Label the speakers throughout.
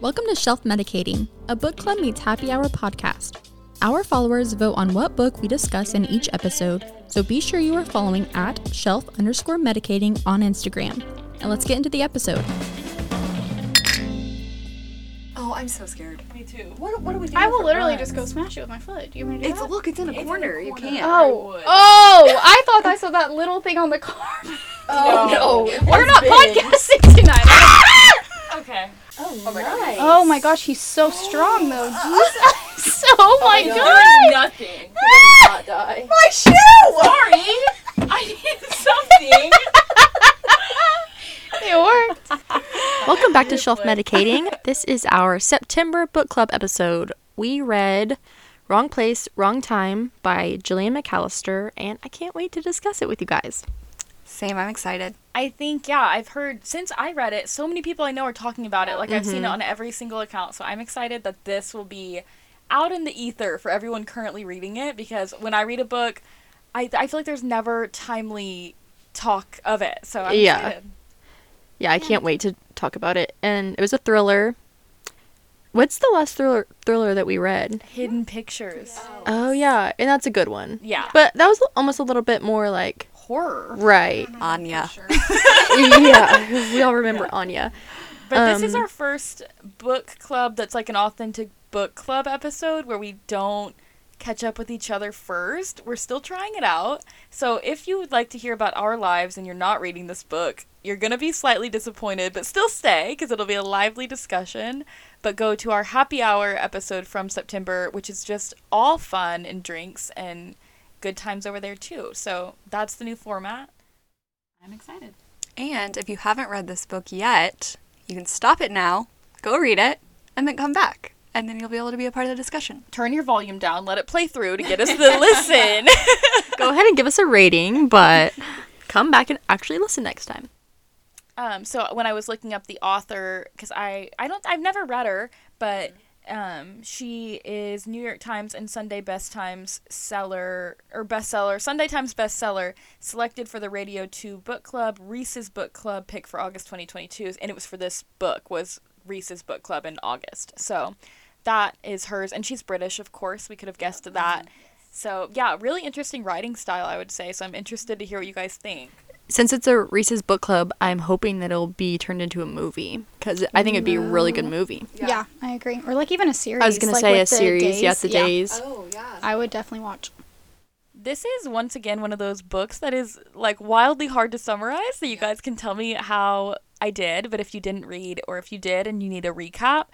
Speaker 1: Welcome to Shelf Medicating, a book club meets happy hour podcast. Our followers vote on what book we discuss in each episode, so be sure you are following at shelf underscore medicating on Instagram. And let's get into the episode.
Speaker 2: Oh, I'm so scared.
Speaker 3: Me too.
Speaker 2: What, what do we do?
Speaker 4: I will literally just go smash it with my foot. Do you want me to do
Speaker 2: It's
Speaker 4: that?
Speaker 2: look, it's in a corner. You
Speaker 3: corner.
Speaker 2: can't.
Speaker 4: oh,
Speaker 3: wood.
Speaker 4: oh! I thought I saw that little thing on the car.
Speaker 2: Oh, no.
Speaker 4: We're not podcasting tonight.
Speaker 3: Okay.
Speaker 4: oh my gosh, he's so strong though. Jesus. Oh my god.
Speaker 3: Nothing.
Speaker 5: not die.
Speaker 2: My shoe!
Speaker 3: Sorry. I need something.
Speaker 4: It worked.
Speaker 5: Welcome back to Shelf Medicating. This is our September book club episode. We read Wrong Place, Wrong Time by Jillian McAllister, and I can't wait to discuss it with you guys.
Speaker 2: Same, I'm excited.
Speaker 3: I think yeah. I've heard since I read it, so many people I know are talking about it. Like I've
Speaker 2: Mm-hmm.
Speaker 3: seen it on every single account. So I'm excited that this will be out in the ether for everyone currently reading it because when I read a book, I I feel like there's never timely talk of it. So I'm
Speaker 5: Yeah.
Speaker 3: excited.
Speaker 5: Yeah, I can't wait to talk about it. And it was a thriller. What's the last thriller thriller that we read?
Speaker 3: Hidden pictures.
Speaker 5: Oh yeah, and that's a good one.
Speaker 3: Yeah.
Speaker 5: But that was almost a little bit more like
Speaker 3: Horror.
Speaker 5: right.
Speaker 2: Anya.
Speaker 5: yeah, we all remember Anya.
Speaker 3: But this is our first book club that's like an authentic book club episode where we don't catch up with each other first. We're still trying it out. So if you would like to hear about our lives and you're not reading this book, you're going to be slightly disappointed, but still stay because it'll be a lively discussion. But go to our happy hour episode from September, which is just all fun and drinks and good times over there too. So that's the new format. I'm excited.
Speaker 2: And if you haven't read this book yet, you can stop it now, go read it, and then come back. And then you'll be able to be a part of the discussion.
Speaker 3: Turn your volume down, let it play through to get us to listen.
Speaker 5: Go ahead and give us a rating, but come back and actually listen next time.
Speaker 3: Um, so when I was looking up the author, because I I don't I've never read her, but um, she is New York Times and Sunday Best Times seller or bestseller, Sunday Times bestseller, selected for the Radio Two Book Club Reese's Book Club pick for August 2022, and it was for this book was Reese's Book Club in August. So that is hers, and she's British, of course. We could have guessed that. So yeah, really interesting writing style, I would say. So I'm interested to hear what you guys think.
Speaker 5: since it's a Reese's book club, I'm hoping that it'll be turned into a movie because I think it'd be a really good movie.
Speaker 4: Yeah. I agree. Or like even a series.
Speaker 5: I was gonna
Speaker 4: like
Speaker 5: say a
Speaker 4: with the
Speaker 5: series,
Speaker 4: days.
Speaker 5: yeah, the days.
Speaker 2: Oh, yeah.
Speaker 4: I would definitely watch.
Speaker 3: This is once again one of those books that is like wildly hard to summarize. So you guys can tell me how I did, but if you didn't read or if you did and you need a recap.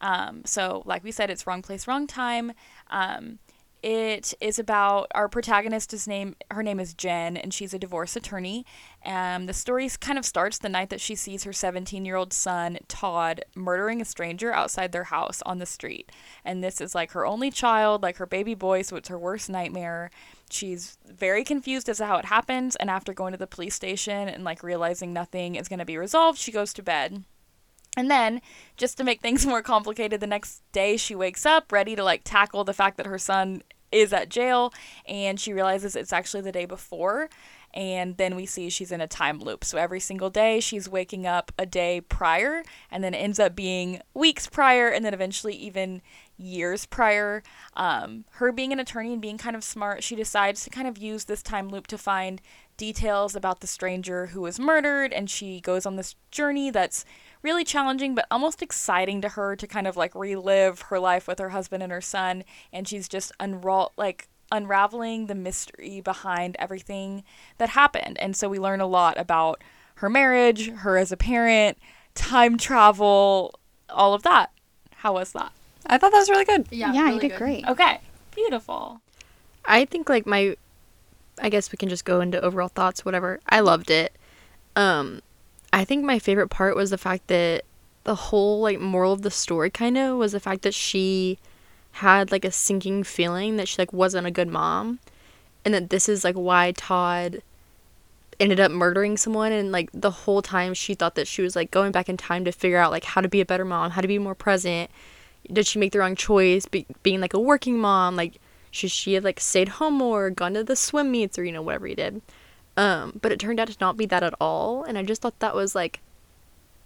Speaker 3: Um, so, like we said, it's wrong place, wrong time. Um, it is about our protagonist. His name, her name is Jen, and she's a divorce attorney. And the story s- kind of starts the night that she sees her 17-year-old son Todd murdering a stranger outside their house on the street. And this is like her only child, like her baby boy, so it's her worst nightmare. She's very confused as to how it happens, and after going to the police station and like realizing nothing is going to be resolved, she goes to bed. And then, just to make things more complicated, the next day she wakes up ready to like tackle the fact that her son is at jail and she realizes it's actually the day before. And then we see she's in a time loop. So every single day she's waking up a day prior and then it ends up being weeks prior and then eventually even years prior. Um, her being an attorney and being kind of smart, she decides to kind of use this time loop to find details about the stranger who was murdered and she goes on this journey that's really challenging but almost exciting to her to kind of like relive her life with her husband and her son and she's just unroll like unraveling the mystery behind everything that happened and so we learn a lot about her marriage her as a parent time travel all of that how was that
Speaker 2: I thought that was really good.
Speaker 4: Yeah, you did great.
Speaker 3: okay beautiful
Speaker 5: I think like my, I guess we can just go into overall thoughts, whatever. I loved it. Um, I think my favorite part was the fact that the whole like moral of the story kind of was the fact that she had like a sinking feeling that she like wasn't a good mom, and that this is like why Todd ended up murdering someone and like the whole time she thought that she was like going back in time to figure out like how to be a better mom how to be more present did she make the wrong choice be- being like a working mom like should she have like stayed home more gone to the swim meets or you know whatever you did um but it turned out to not be that at all and i just thought that was like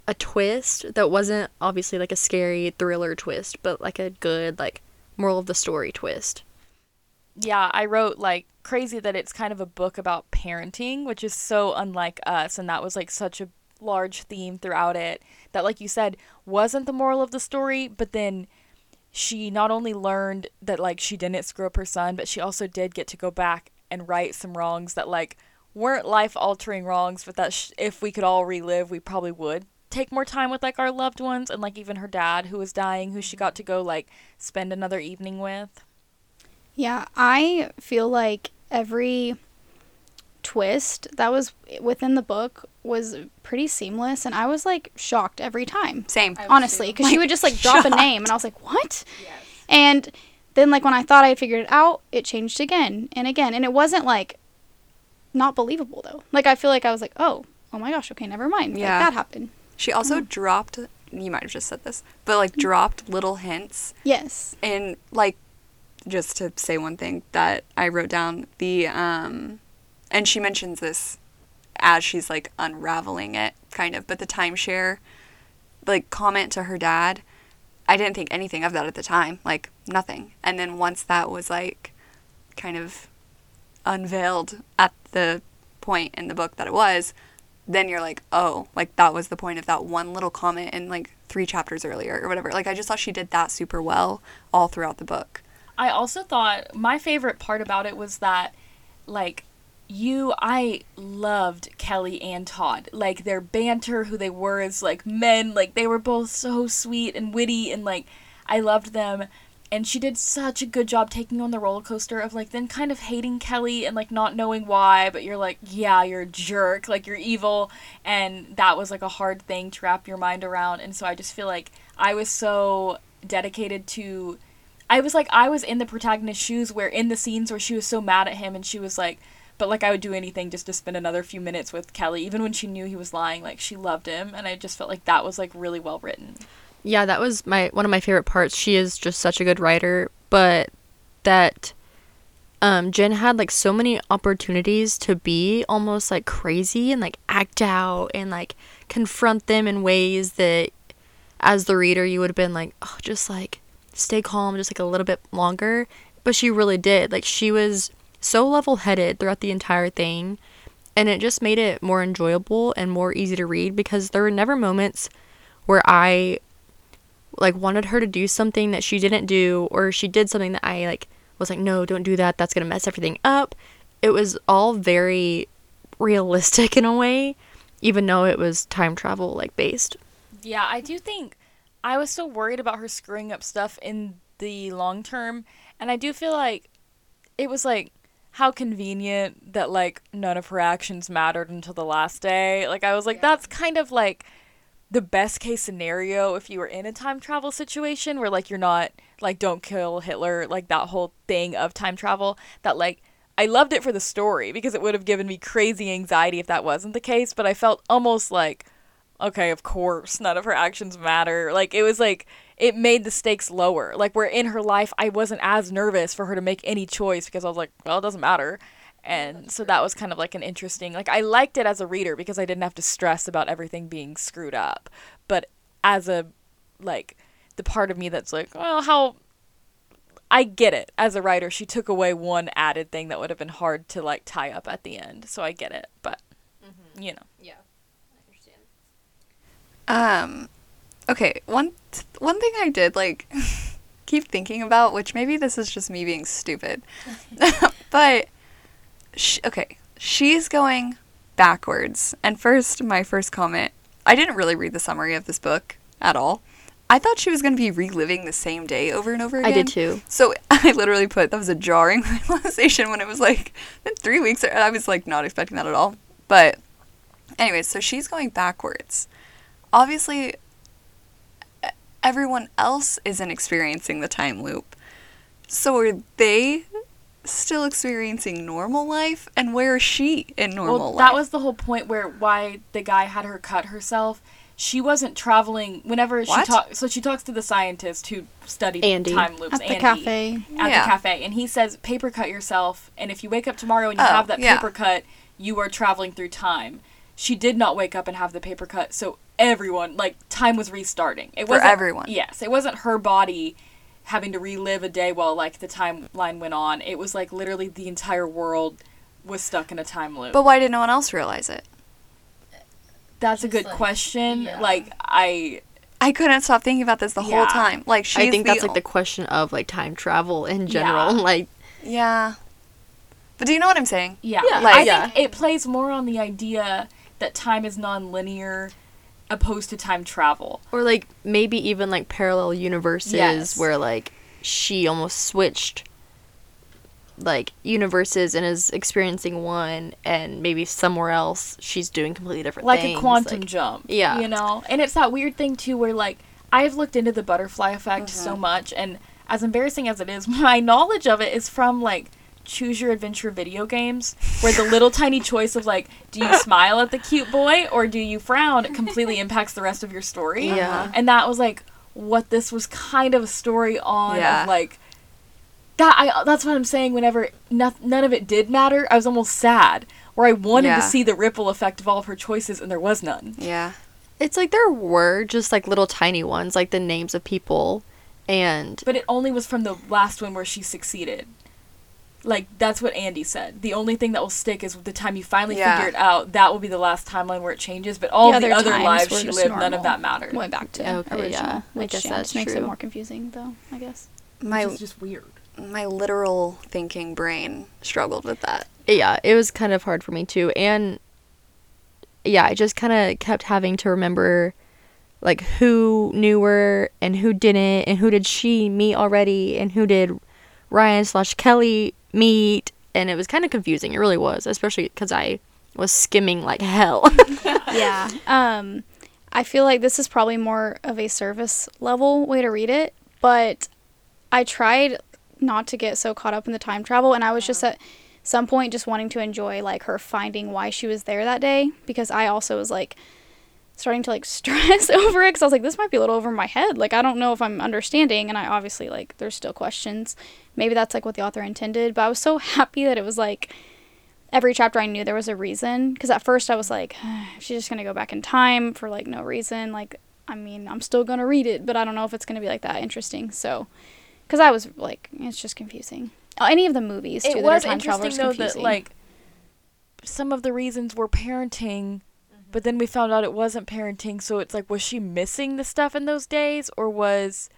Speaker 5: a twist that wasn't obviously like a scary thriller twist, but like a good like moral of the story twist.
Speaker 3: yeah, I wrote like crazy that it's kind of a book about parenting, which is so unlike us. And that was like such a large theme throughout it that, like you said, wasn't the moral of the story. But then she not only learned that like she didn't screw up her son, but she also did get to go back and right some wrongs that like weren't life altering wrongs, but that sh- if we could all relive, we probably would take more time with like our loved ones and like even her dad who was dying who she got to go like spend another evening with
Speaker 4: Yeah, I feel like every twist that was within the book was pretty seamless, and I was like shocked every time.
Speaker 2: Same.
Speaker 4: honestly, because she would just like drop a name, and I was like, "What?" And then like when I thought I had figured it out, it changed again and again, and it wasn't like not believable though. Like I feel like I was like, "Oh, oh my gosh, okay, never mind." Like,
Speaker 2: Yeah.
Speaker 4: that happened.
Speaker 2: She also dropped, you might have just said this, but like dropped little hints
Speaker 4: Yes.
Speaker 2: and like just to say one thing that I wrote down the um and she mentions this as she's like unraveling it kind of but the timeshare like comment to her dad I didn't think anything of that at the time like nothing and then once that was like kind of unveiled at the point in the book that it was then you're like oh like that was the point of that one little comment in like three chapters earlier or whatever like i just thought she did that super well all throughout the book
Speaker 3: I also thought my favorite part about it was that, like, you, I loved Kelly and Todd. Like, their banter, who they were as, like, men. Like, they were both so sweet and witty, and, like, I loved them. And she did such a good job taking on the roller coaster of, like, then kind of hating Kelly and, like, not knowing why, but you're like, yeah, you're a jerk. Like, you're evil. And that was, like, a hard thing to wrap your mind around. And so I just feel like I was so dedicated to I was like, I was in the protagonist's shoes where in the scenes where she was so mad at him and she was like, but like, I would do anything just to spend another few minutes with Kelly, even when she knew he was lying, like, she loved him. And I just felt like that was like really well written.
Speaker 5: Yeah, that was my one of my favorite parts. She is just such a good writer, but that um Jen had like so many opportunities to be almost like crazy and like act out and like confront them in ways that as the reader you would have been like, "Oh, just like stay calm just like a little bit longer." But she really did. Like she was so level-headed throughout the entire thing, and it just made it more enjoyable and more easy to read because there were never moments where I like wanted her to do something that she didn't do or she did something that I like was like no don't do that that's going to mess everything up it was all very realistic in a way even though it was time travel like based
Speaker 3: Yeah, I do think I was so worried about her screwing up stuff in the long term, and I do feel like it was like how convenient that like none of her actions mattered until the last day. Like I was like that's kind of like the best case scenario if you were in a time travel situation where like you're not like don't kill Hitler, like that whole thing of time travel that like I loved it for the story because it would have given me crazy anxiety if that wasn't the case, but I felt almost like okay, of course, none of her actions matter. Like it was like it made the stakes lower. Like where in her life I wasn't as nervous for her to make any choice because I was like, well, it doesn't matter. And so that was kind of like an interesting like I liked it as a reader because I didn't have to stress about everything being screwed up. But as a like the part of me that's like, well, how I get it. As a writer, she took away one added thing that would have been hard to like tie up at the end. So I get it, but you know.
Speaker 2: um okay one one thing i did like keep thinking about which maybe this is just me being stupid but sh okay she's going backwards and first my first comment i didn't really read the summary of this book at all i thought she was going to be reliving the same day over and over
Speaker 5: I
Speaker 2: again
Speaker 5: did too.
Speaker 2: so i literally put that was a jarring realization when it was like "In three weeks i was like not expecting that at all but anyways so she's going backwards obviously e- everyone else isn't experiencing the time loop so are they still experiencing normal life and where is she in normal
Speaker 3: well,
Speaker 2: life
Speaker 3: that was the whole point where why the guy had her cut herself. She wasn't traveling whenever
Speaker 2: What?
Speaker 3: she talks. So she talks to the scientist who studied
Speaker 5: Andy.
Speaker 3: time loops.
Speaker 4: At the
Speaker 3: Andy,
Speaker 4: cafe.
Speaker 3: At
Speaker 2: Yeah.
Speaker 3: the cafe, and he says, "Paper cut yourself, and if you wake up tomorrow and you
Speaker 2: Oh,
Speaker 3: have that
Speaker 2: yeah.
Speaker 3: paper cut, you are traveling through time." She did not wake up and have the paper cut, so everyone like time was restarting. It
Speaker 2: For
Speaker 3: wasn't
Speaker 2: everyone.
Speaker 3: Yes, it wasn't her body having to relive a day while like the timeline went on. It was like literally the entire world was stuck in a time loop.
Speaker 2: But why did no one else realize it?
Speaker 3: that's a good question. Like I
Speaker 2: I couldn't stop thinking about this the
Speaker 3: Yeah.
Speaker 2: whole time. Like she's
Speaker 5: I think
Speaker 2: the
Speaker 5: that's like the question of like time travel in general.
Speaker 3: Yeah.
Speaker 5: Like
Speaker 2: yeah. But do you know what I'm saying?
Speaker 3: Yeah.
Speaker 5: Yeah,
Speaker 3: I
Speaker 2: like-
Speaker 3: think it plays more on the idea that time is nonlinear opposed to time travel.
Speaker 5: or like maybe even like parallel universes
Speaker 3: Yes.
Speaker 5: where like she almost switched like universes and is experiencing one and maybe somewhere else she's doing completely different
Speaker 3: Like
Speaker 5: things,
Speaker 3: a quantum
Speaker 5: like-
Speaker 3: jump.
Speaker 5: yeah.
Speaker 3: You know? And it's that weird thing too where like I've looked into the butterfly effect so
Speaker 5: Mm-hmm.
Speaker 3: much and as embarrassing as it is, my knowledge of it is from like choose your adventure video games where the little tiny choice of like do you smile at the cute boy or do you frown completely impacts the rest of your story.
Speaker 5: Yeah.
Speaker 3: And that was like what this was kind of a story on
Speaker 2: Yeah.
Speaker 3: of like that I that's what I'm saying. Whenever no, none of it did matter, I was almost sad, where I wanted
Speaker 2: Yeah.
Speaker 3: to see the ripple effect of all of her choices, and there was none.
Speaker 2: Yeah.
Speaker 5: It's like there were just like little tiny ones, like the names of people, and
Speaker 3: But it only was from the last one where she succeeded. Like that's what Andy said. The only thing that will stick is the time you finally
Speaker 2: Yeah.
Speaker 3: figure it out. That will be the last timeline where it changes. But all the other
Speaker 4: times
Speaker 3: lives
Speaker 4: were
Speaker 3: she
Speaker 4: just
Speaker 3: lived, none
Speaker 4: normal.
Speaker 3: of that mattered.
Speaker 4: Went back to
Speaker 5: Okay,
Speaker 4: original,
Speaker 5: yeah. I
Speaker 4: which
Speaker 5: guess
Speaker 4: yeah,
Speaker 5: that's
Speaker 4: just makes it
Speaker 5: true.
Speaker 4: more confusing, though. I guess.
Speaker 2: My
Speaker 3: It's just weird.
Speaker 2: my literal thinking brain struggled with that.
Speaker 5: yeah, it was kind of hard for me too. And yeah, I just kind of kept having to remember like who knew her and who didn't, and who did she meet already, and who did Ryan slash Kelly meet. And it was kind of confusing. It really was, especially because I was skimming like hell.
Speaker 4: yeah. Um, I feel like this is probably more of a service level way to read it, but I tried not to get so caught up in the time travel, and I was just at some point just wanting to enjoy like her finding why she was there that day because I also was like starting to like stress over it because I was like this might be a little over my head like I don't know if I'm understanding and I obviously like there's still questions maybe that's like what the author intended but I was so happy that it was like every chapter I knew there was a reason because at first I was like, she's just gonna go back in time for like no reason. Like, I mean, I'm still gonna read it, but I don't know if it's gonna be like that interesting. So, because I was like, it's just confusing. Uh, any of the movies, too,
Speaker 3: it
Speaker 4: that are
Speaker 3: was
Speaker 4: time travel
Speaker 3: interesting
Speaker 4: is
Speaker 3: though
Speaker 4: confusing.
Speaker 3: that like some of the reasons were parenting
Speaker 4: Mm-hmm.
Speaker 3: but then we found out it wasn't parenting so it's like was she missing the stuff in those days or was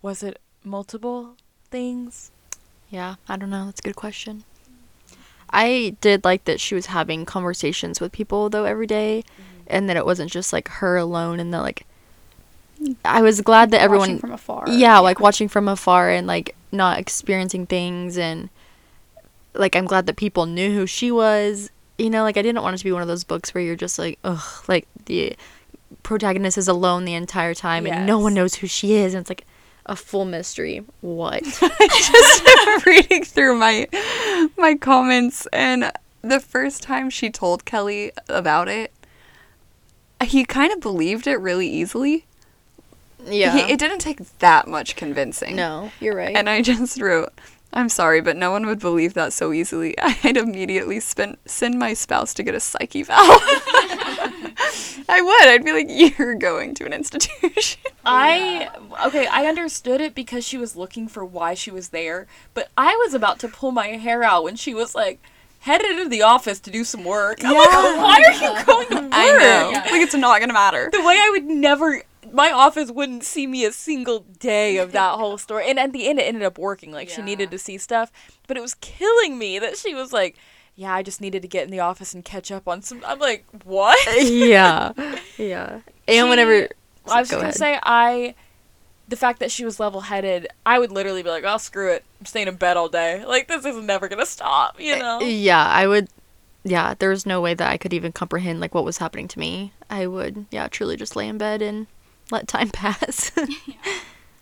Speaker 3: was it multiple things
Speaker 5: Yeah, I don't know. That's a good question. I did like that she was having conversations with people though every day,
Speaker 4: Mm-hmm.
Speaker 5: and that it wasn't just like her alone and the like. I was glad that
Speaker 4: Watching
Speaker 5: everyone,
Speaker 4: from afar.
Speaker 5: yeah, like watching from afar and like not experiencing things and like I'm glad that people knew who she was. You know, like I didn't want it to be one of those books where you're just like, ugh, like the protagonist is alone the entire time and no one
Speaker 3: Yes.
Speaker 5: knows who she is, and it's like a full mystery. What?
Speaker 2: reading through my my comments and the first time she told Kelly about it, he kind of believed it really easily.
Speaker 5: yeah.
Speaker 2: He, it didn't take that much convincing.
Speaker 5: No, you're right.
Speaker 2: And I just wrote, I'm sorry, but no one would believe that so easily. I'd immediately spend, send my spouse to get a psyche valve. I would. I'd be like, you're going to an institution.
Speaker 4: Oh,
Speaker 3: I okay, I understood it because she was looking for why she was there, but I was about to pull my hair out when she was like headed into the office to do some work. I'm like, why are you going to work?
Speaker 2: I know. Like, it's not going to matter.
Speaker 3: the way I would never my office wouldn't see me a single day of that whole story. And at the end it ended up working. Like she needed to see stuff. But it was killing me that she was like, Yeah, I just needed to get in the office and catch up on some I'm like, What?
Speaker 5: yeah. Yeah. And
Speaker 3: She-
Speaker 5: whenever
Speaker 3: I was
Speaker 5: go
Speaker 3: just gonna
Speaker 5: ahead.
Speaker 3: say I the fact that she was level headed, I would literally be like, Oh screw it. I'm staying in bed all day. Like this is never gonna stop,
Speaker 5: Eh,
Speaker 3: you know?
Speaker 5: Yeah, I would yeah, there was no way that I could even comprehend like what was happening to me. I would yeah, truly just lay in bed and let time pass.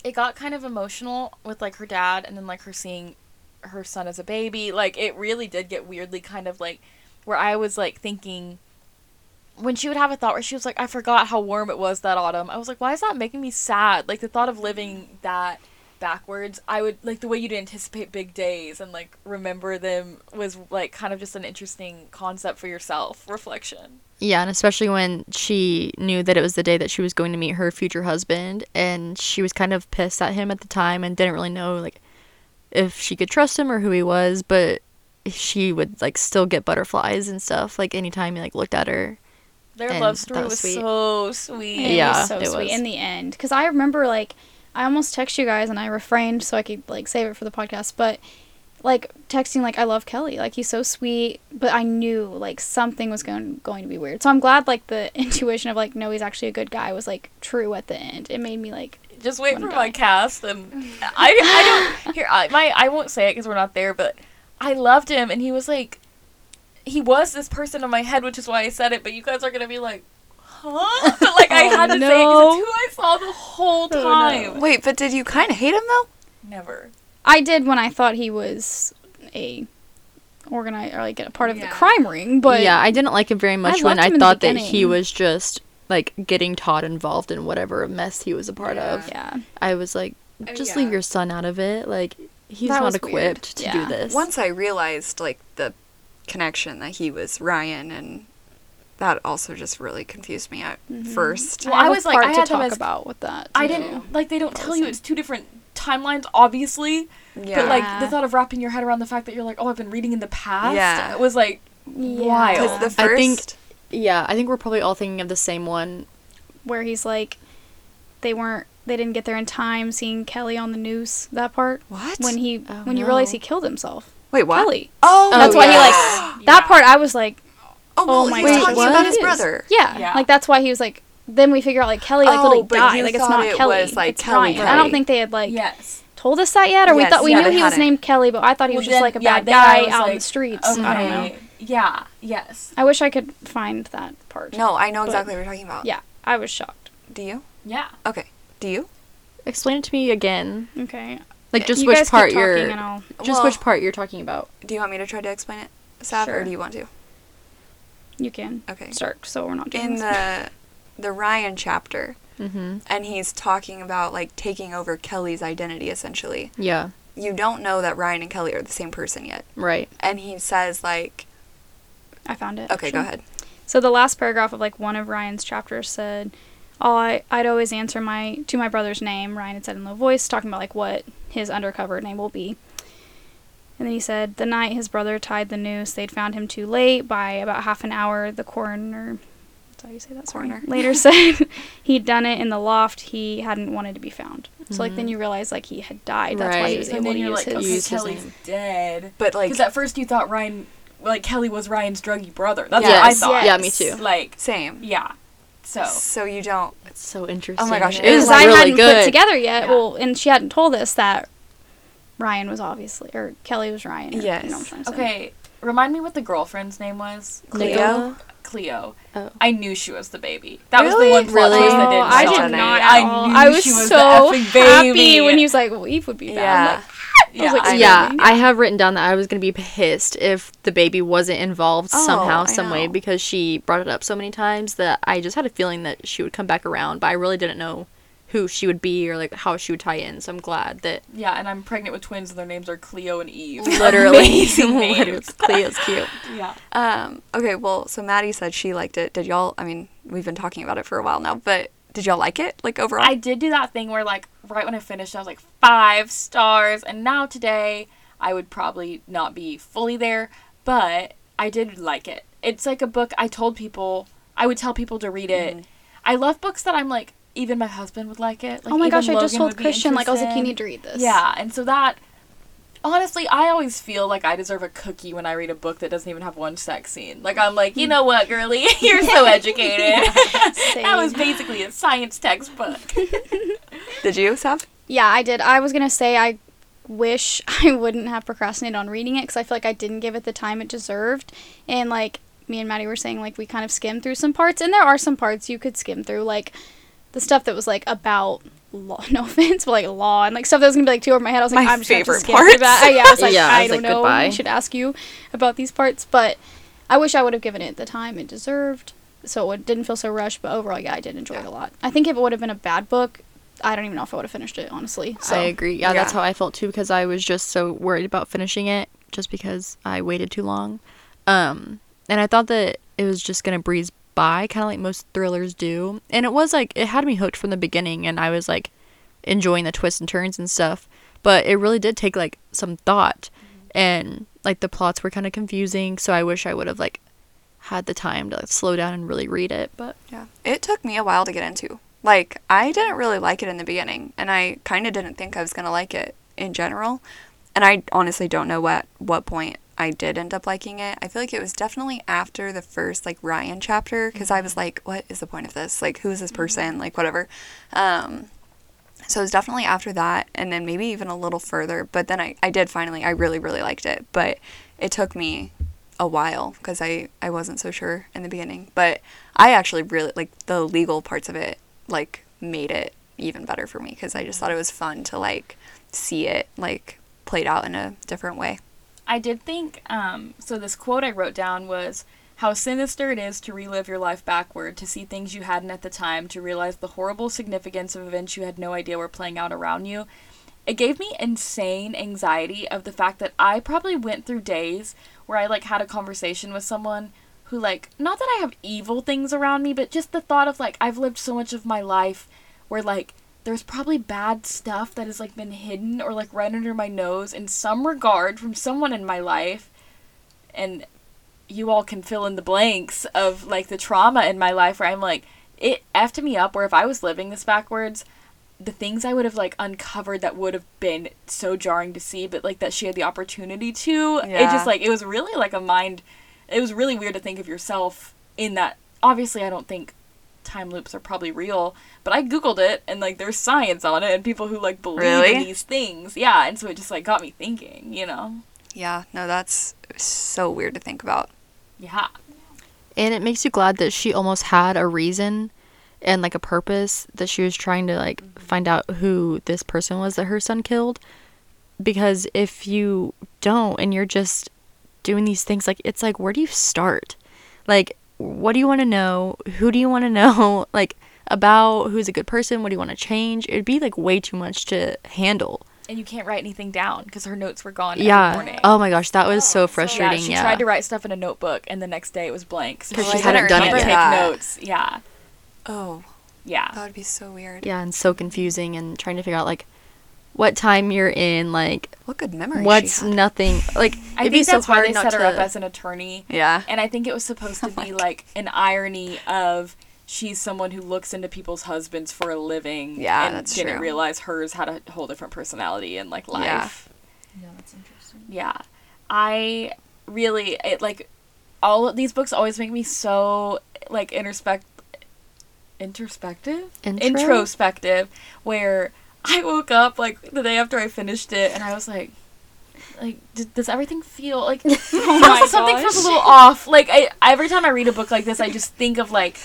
Speaker 3: it got kind of emotional with like her dad and then like her seeing her son as a baby like it really did get weirdly kind of like where i was like thinking when she would have a thought where she was like i forgot how warm it was that autumn i was like why is that making me sad like the thought of living that backwards i would like the way you'd anticipate big days and like remember them was like kind of just an interesting concept for yourself reflection
Speaker 5: Yeah, and especially when she knew that it was the day that she was going to meet her future husband, and she was kind of pissed at him at the time and didn't really know like if she could trust him or who he was, but she would like still get butterflies and stuff like anytime he like looked at her.
Speaker 3: Their
Speaker 5: And
Speaker 3: love
Speaker 5: that
Speaker 3: story
Speaker 5: was
Speaker 3: was
Speaker 5: sweet.
Speaker 3: so sweet.
Speaker 4: And it
Speaker 5: Yeah,
Speaker 4: was so
Speaker 5: it
Speaker 4: sweet
Speaker 5: was.
Speaker 4: in the end because I remember like I almost text you guys and I refrained so I could like save it for the podcast, but like texting like I love Kelly, like he's so sweet, but I knew like something was going going to be weird. So I'm glad like the intuition of like no, he's actually a good guy was like true at the end. It made me like
Speaker 3: Just wait for
Speaker 4: Wanna
Speaker 3: Oh my
Speaker 4: die.
Speaker 3: cast, and I, I don't here. I, my I won't say it because we're not there, but I loved him, and he was like, he was this person in my head, which is why I said it. But you guys are gonna be like, huh? But like I
Speaker 4: Oh,
Speaker 3: had to say it 'cause
Speaker 4: no.
Speaker 3: it's who I saw the whole
Speaker 4: Oh, no.
Speaker 3: time.
Speaker 2: Wait, but did you kind of hate him though?
Speaker 3: Never.
Speaker 4: I did when I thought he was a organized or like a part of
Speaker 2: Yeah.
Speaker 4: the crime ring, but
Speaker 5: yeah, I didn't like him very much when
Speaker 4: loved
Speaker 5: I
Speaker 4: him in the
Speaker 5: thought that he
Speaker 4: beginning.
Speaker 5: was just like getting Todd involved in whatever mess he was a part
Speaker 2: Yeah.
Speaker 5: of.
Speaker 4: yeah.
Speaker 5: I was like,
Speaker 2: Oh,
Speaker 5: just
Speaker 2: yeah.
Speaker 5: leave your son out of it. Like he's
Speaker 4: That
Speaker 5: not
Speaker 4: was
Speaker 5: equipped
Speaker 4: weird.
Speaker 5: to
Speaker 4: Yeah.
Speaker 5: do this.
Speaker 2: Once I realized like the connection that he was Ryan and that also just really confused me at
Speaker 4: Mm-hmm.
Speaker 2: first.
Speaker 3: Well, I
Speaker 4: have a
Speaker 3: was like,
Speaker 4: part
Speaker 3: I had
Speaker 4: to
Speaker 3: him
Speaker 4: talk
Speaker 3: as-
Speaker 4: about with that.
Speaker 3: I
Speaker 4: too.
Speaker 3: didn't like. They don't tell you
Speaker 4: Frozen.
Speaker 3: it's two different timelines, obviously.
Speaker 2: Yeah.
Speaker 3: But like
Speaker 4: Yeah.
Speaker 3: the thought of wrapping your head around the fact that you're like, oh, I've been reading in the past.
Speaker 2: Yeah.
Speaker 3: was like
Speaker 4: Yeah.
Speaker 2: 'Cause the first
Speaker 5: I think- yeah, I think we're probably all thinking of the same one.
Speaker 4: where he's like they weren't they didn't get there in time seeing Kelly on the news that part
Speaker 2: what?
Speaker 4: when he
Speaker 5: Oh,
Speaker 4: when you realize
Speaker 5: no.
Speaker 4: he killed himself
Speaker 2: Wait, what?
Speaker 4: Kelly
Speaker 2: Oh,
Speaker 4: that's
Speaker 5: Oh,
Speaker 4: why
Speaker 5: yeah.
Speaker 4: he like that part I was like
Speaker 2: Oh, well,
Speaker 4: oh my
Speaker 2: he was
Speaker 5: God.
Speaker 2: talking
Speaker 5: Wait,
Speaker 2: about
Speaker 5: what?
Speaker 2: his
Speaker 5: It is.
Speaker 2: brother.
Speaker 4: yeah,
Speaker 3: Yeah.
Speaker 4: like that's why he was like then we figure out like Kelly like
Speaker 2: Oh,
Speaker 4: literally
Speaker 2: but you
Speaker 4: died like it's
Speaker 2: thought
Speaker 4: not
Speaker 2: it
Speaker 4: Kelly
Speaker 2: was, like,
Speaker 4: it's
Speaker 2: Kelly,
Speaker 4: Ryan. I don't
Speaker 5: right.
Speaker 4: think they had like
Speaker 3: yes.
Speaker 4: told us that yet or we
Speaker 2: Yes,
Speaker 4: thought we
Speaker 2: yeah,
Speaker 4: knew
Speaker 2: they
Speaker 4: he was
Speaker 2: hadn't.
Speaker 4: named Kelly but I thought he was
Speaker 3: Well,
Speaker 4: just
Speaker 3: then-
Speaker 4: like a
Speaker 3: yeah,
Speaker 4: bad
Speaker 3: then I
Speaker 4: guy
Speaker 3: was
Speaker 4: out in
Speaker 3: like,
Speaker 4: the streets
Speaker 3: Okay.
Speaker 4: I don't know
Speaker 3: Yeah. Yes.
Speaker 4: I wish I could find that part
Speaker 2: No, I know
Speaker 4: But-
Speaker 2: exactly what you're talking about.
Speaker 4: yeah I was shocked
Speaker 2: Do you?
Speaker 3: Yeah.
Speaker 2: Okay. Do you?
Speaker 5: Explain it to me again.
Speaker 4: okay
Speaker 5: Like just
Speaker 4: you
Speaker 5: which
Speaker 4: guys keep
Speaker 5: part
Speaker 4: talking
Speaker 5: you're
Speaker 4: and I'll
Speaker 5: just
Speaker 2: Well-
Speaker 5: which part you're talking about.
Speaker 2: Do you want me to try to explain it, Sav, or
Speaker 4: Sure.
Speaker 2: do you want to?
Speaker 4: you can
Speaker 2: Okay.
Speaker 4: start so we're not doing
Speaker 2: In
Speaker 4: this.
Speaker 2: the the Ryan chapter,
Speaker 5: Mm-hmm.
Speaker 2: and he's talking about like taking over Kelly's identity essentially.
Speaker 5: Yeah.
Speaker 2: You don't know that Ryan and Kelly are the same person yet.
Speaker 5: Right.
Speaker 2: And he says like,
Speaker 4: I found it
Speaker 2: okay, go
Speaker 4: actually.
Speaker 2: ahead.
Speaker 4: So the last paragraph of like one of Ryan's chapters said, "Oh, I, I'd always answer my to my brother's name." Ryan had said in low voice, talking about like what his undercover name will be. And then he said, "The night his brother tied the noose, they'd found him too late by about half an hour. The coroner, that's how you say that. sorry,
Speaker 2: Coroner.
Speaker 4: later said he'd done it in the loft. He hadn't wanted to be found. So like then
Speaker 2: Mm.
Speaker 4: you realize like he had died. That's why
Speaker 5: Right.
Speaker 4: he was
Speaker 5: And
Speaker 4: able to use
Speaker 5: okay,
Speaker 4: his.
Speaker 5: Use his
Speaker 3: Kelly's
Speaker 5: name.
Speaker 3: dead.
Speaker 2: But like
Speaker 3: Because at first you thought Ryan, like Kelly was Ryan's druggy brother. That's
Speaker 5: Yes.
Speaker 3: what I thought.
Speaker 5: Yeah, me too.
Speaker 3: Like,
Speaker 2: same.
Speaker 3: yeah. So
Speaker 2: So you don't.
Speaker 5: It's so interesting.
Speaker 2: Oh my gosh,
Speaker 5: It
Speaker 2: it
Speaker 5: was
Speaker 4: because
Speaker 2: like
Speaker 4: I
Speaker 5: really
Speaker 4: hadn't
Speaker 5: good.
Speaker 4: put together yet.
Speaker 3: Yeah.
Speaker 4: Well, and she hadn't told us that Ryan was obviously or Kelly was Ryan. Or, you know
Speaker 2: Yes.
Speaker 4: what I'm trying to say.
Speaker 3: okay, remind me what the girlfriend's name was.
Speaker 2: Cleo?
Speaker 5: Nicola?
Speaker 3: Cleo.
Speaker 5: Oh.
Speaker 3: I knew she was the baby. That was
Speaker 2: Really?
Speaker 3: the one plot
Speaker 5: Really?
Speaker 3: twist that
Speaker 4: Oh,
Speaker 3: didn't
Speaker 4: I
Speaker 2: sell
Speaker 4: did
Speaker 2: it.
Speaker 3: resonate.
Speaker 4: not
Speaker 3: I
Speaker 4: at all.
Speaker 3: knew
Speaker 4: I was,
Speaker 3: she was the
Speaker 4: so
Speaker 3: effing baby.
Speaker 4: happy when he was like, "Well, Eve would be bad." I'm
Speaker 2: Yeah.
Speaker 4: like,
Speaker 3: Yeah.
Speaker 4: was like,
Speaker 2: I know.
Speaker 5: yeah,
Speaker 4: Really?
Speaker 5: I have written down that I was gonna be pissed if the baby wasn't involved
Speaker 2: Oh,
Speaker 5: somehow,
Speaker 2: I
Speaker 5: some way,
Speaker 2: know.
Speaker 5: because she brought it up so many times that I just had a feeling that she would come back around, but I really didn't know who she would be or like how she would tie in. So I'm glad that
Speaker 3: Yeah, and I'm pregnant with twins, and their names are Cleo and Eve.
Speaker 5: literally,
Speaker 3: Amazing names.
Speaker 5: literally Cleo's cute.
Speaker 3: Yeah.
Speaker 2: Um. Okay. Well, so Maddie said she liked it. Did y'all? I mean, we've been talking about it for a while now, but did y'all like it? Like overall?
Speaker 3: I did do that thing where like right when I finished, I was like five stars, and now today I would probably not be fully there, but I did like it. It's like a book I told people I would tell people to read it.
Speaker 4: Mm-hmm.
Speaker 3: I love books that I'm like even my husband would like it. Like,
Speaker 4: "Oh my
Speaker 3: even
Speaker 4: gosh!" I just
Speaker 3: Logan
Speaker 4: told
Speaker 3: would be
Speaker 4: Christian, like, I was like, "You
Speaker 3: interested.
Speaker 4: need to read this."
Speaker 3: Yeah, and so that honestly, I always feel like I deserve a cookie when I read a book that doesn't even have one sex scene. Like I'm like, you
Speaker 4: Hmm.
Speaker 3: know what, girly, you're so educated. that was basically a science textbook.
Speaker 2: did you, Sav?
Speaker 4: yeah, I did. I was gonna say I wish I wouldn't have procrastinated on reading it because I feel like I didn't give it the time it deserved, and like me and Maddie were saying, like we kind of skimmed through some parts, and there are some parts you could skim through, like the stuff that was like about law. No offense, but like law and like stuff that was gonna be like too over my head. I was like,
Speaker 2: My
Speaker 4: I'm just gonna have to
Speaker 2: favorite
Speaker 4: skim through that. I, yeah, I was like,
Speaker 5: Yeah, I
Speaker 4: I,
Speaker 5: was
Speaker 4: don't
Speaker 5: like,
Speaker 4: know.
Speaker 5: goodbye.
Speaker 4: We should ask you about these parts, but I wish I would have given it the time it deserved. So it didn't feel so rushed, but overall, yeah, I did enjoy it a lot. I think if it would have been a bad book, I don't even know if I would have finished it, honestly. So
Speaker 5: I agree. Yeah, that's
Speaker 2: yeah.
Speaker 5: how I felt too because I was just so worried about finishing it just because I waited too long. Um, and I thought that it was just going to breeze by, kind of like most thrillers do. And it was like it had me hooked from the beginning, and I was like enjoying the twists and turns and stuff. But it really did take like some thought, and like the plots were kind of confusing. So I wish I would have like had the time to like, slow down and really read it. But
Speaker 2: Yeah. It took me a while to get into. Like, I didn't really like it in the beginning, and I kind of didn't think I was going to like it in general. And I honestly don't know what what point I did end up liking it. I feel like it was definitely after the first like Ryan chapter because I was like, what is the point of this? Like, who is this person? Like, whatever. Um, so it was definitely after that and then maybe even a little further but then i, I did finally i really really liked it but it took me a while because I, I wasn't so sure in the beginning but i actually really like the legal parts of it like made it even better for me because i just thought it was fun to like see it like played out in a different way
Speaker 3: I did think um, so. This quote I wrote down was how sinister it is to relive your life backward, to see things you hadn't at the time, to realize the horrible significance of events you had no idea were playing out around you. It gave me insane anxiety of the fact that I probably went through days where I like had a conversation with someone who like not that I have evil things around me, but just the thought of like I've lived so much of my life where like there's probably bad stuff that has like been hidden or like right under my nose in some regard from someone in my life and you all can fill in the blanks of like the trauma in my life where I'm like it effed me up where if I was living this backwards the things I would have like uncovered that would have been so jarring to see but like that she had the opportunity to it
Speaker 2: Yeah.
Speaker 3: just like it was really like a mind it was really weird to think of yourself in that obviously I don't think time loops are probably real, but I googled it and like there's science on it and people who like believe in
Speaker 2: Really?
Speaker 3: these things. Yeah, and so it just like got me thinking, you know.
Speaker 2: yeah no that's so weird to think about
Speaker 3: Yeah.
Speaker 5: and it makes you glad that she almost had a reason and like a purpose that she was trying to like
Speaker 3: Mm-hmm.
Speaker 5: find out who this person was that her son killed because if you don't and you're just doing these things like it's like where do you start like what do you want to know who do you want to know like about who's a good person what do you want to change it'd be like way too much to handle
Speaker 3: And you can't write anything down because her notes were gone every
Speaker 5: yeah
Speaker 3: morning.
Speaker 5: oh my gosh that was so frustrating
Speaker 3: yeah,
Speaker 5: yeah,
Speaker 3: she tried to write stuff in a notebook and the next day it was blank. So
Speaker 5: 'Cause
Speaker 3: she
Speaker 5: she
Speaker 3: couldn't
Speaker 5: hadn't done it yet.
Speaker 3: remember to
Speaker 2: Yeah.
Speaker 3: Take notes. Yeah.
Speaker 2: oh that
Speaker 3: Yeah.
Speaker 2: would be so weird
Speaker 5: yeah and so confusing and trying to figure out like what time you're in like
Speaker 2: what good memory
Speaker 5: what's
Speaker 2: she had.
Speaker 5: nothing like
Speaker 3: I
Speaker 5: it'd
Speaker 3: think
Speaker 5: be so
Speaker 3: that's why
Speaker 5: hard
Speaker 3: they
Speaker 5: not
Speaker 3: set her
Speaker 5: to-
Speaker 3: up as an attorney.
Speaker 2: yeah Oh
Speaker 3: And I think it was supposed to be like an irony of she's someone who looks into people's husbands for a living.
Speaker 2: Yeah,
Speaker 3: and
Speaker 2: that's
Speaker 3: didn't
Speaker 2: true.
Speaker 3: realize hers had a whole different personality and like life.
Speaker 2: Yeah.
Speaker 3: Yeah. I really it like all of these books always make me so like introspect introspective
Speaker 5: Intro?
Speaker 3: introspective where I woke up like the day after I finished it and I was like like d- does everything feel like oh something feels a little off like I every time I read a book like this I just think of like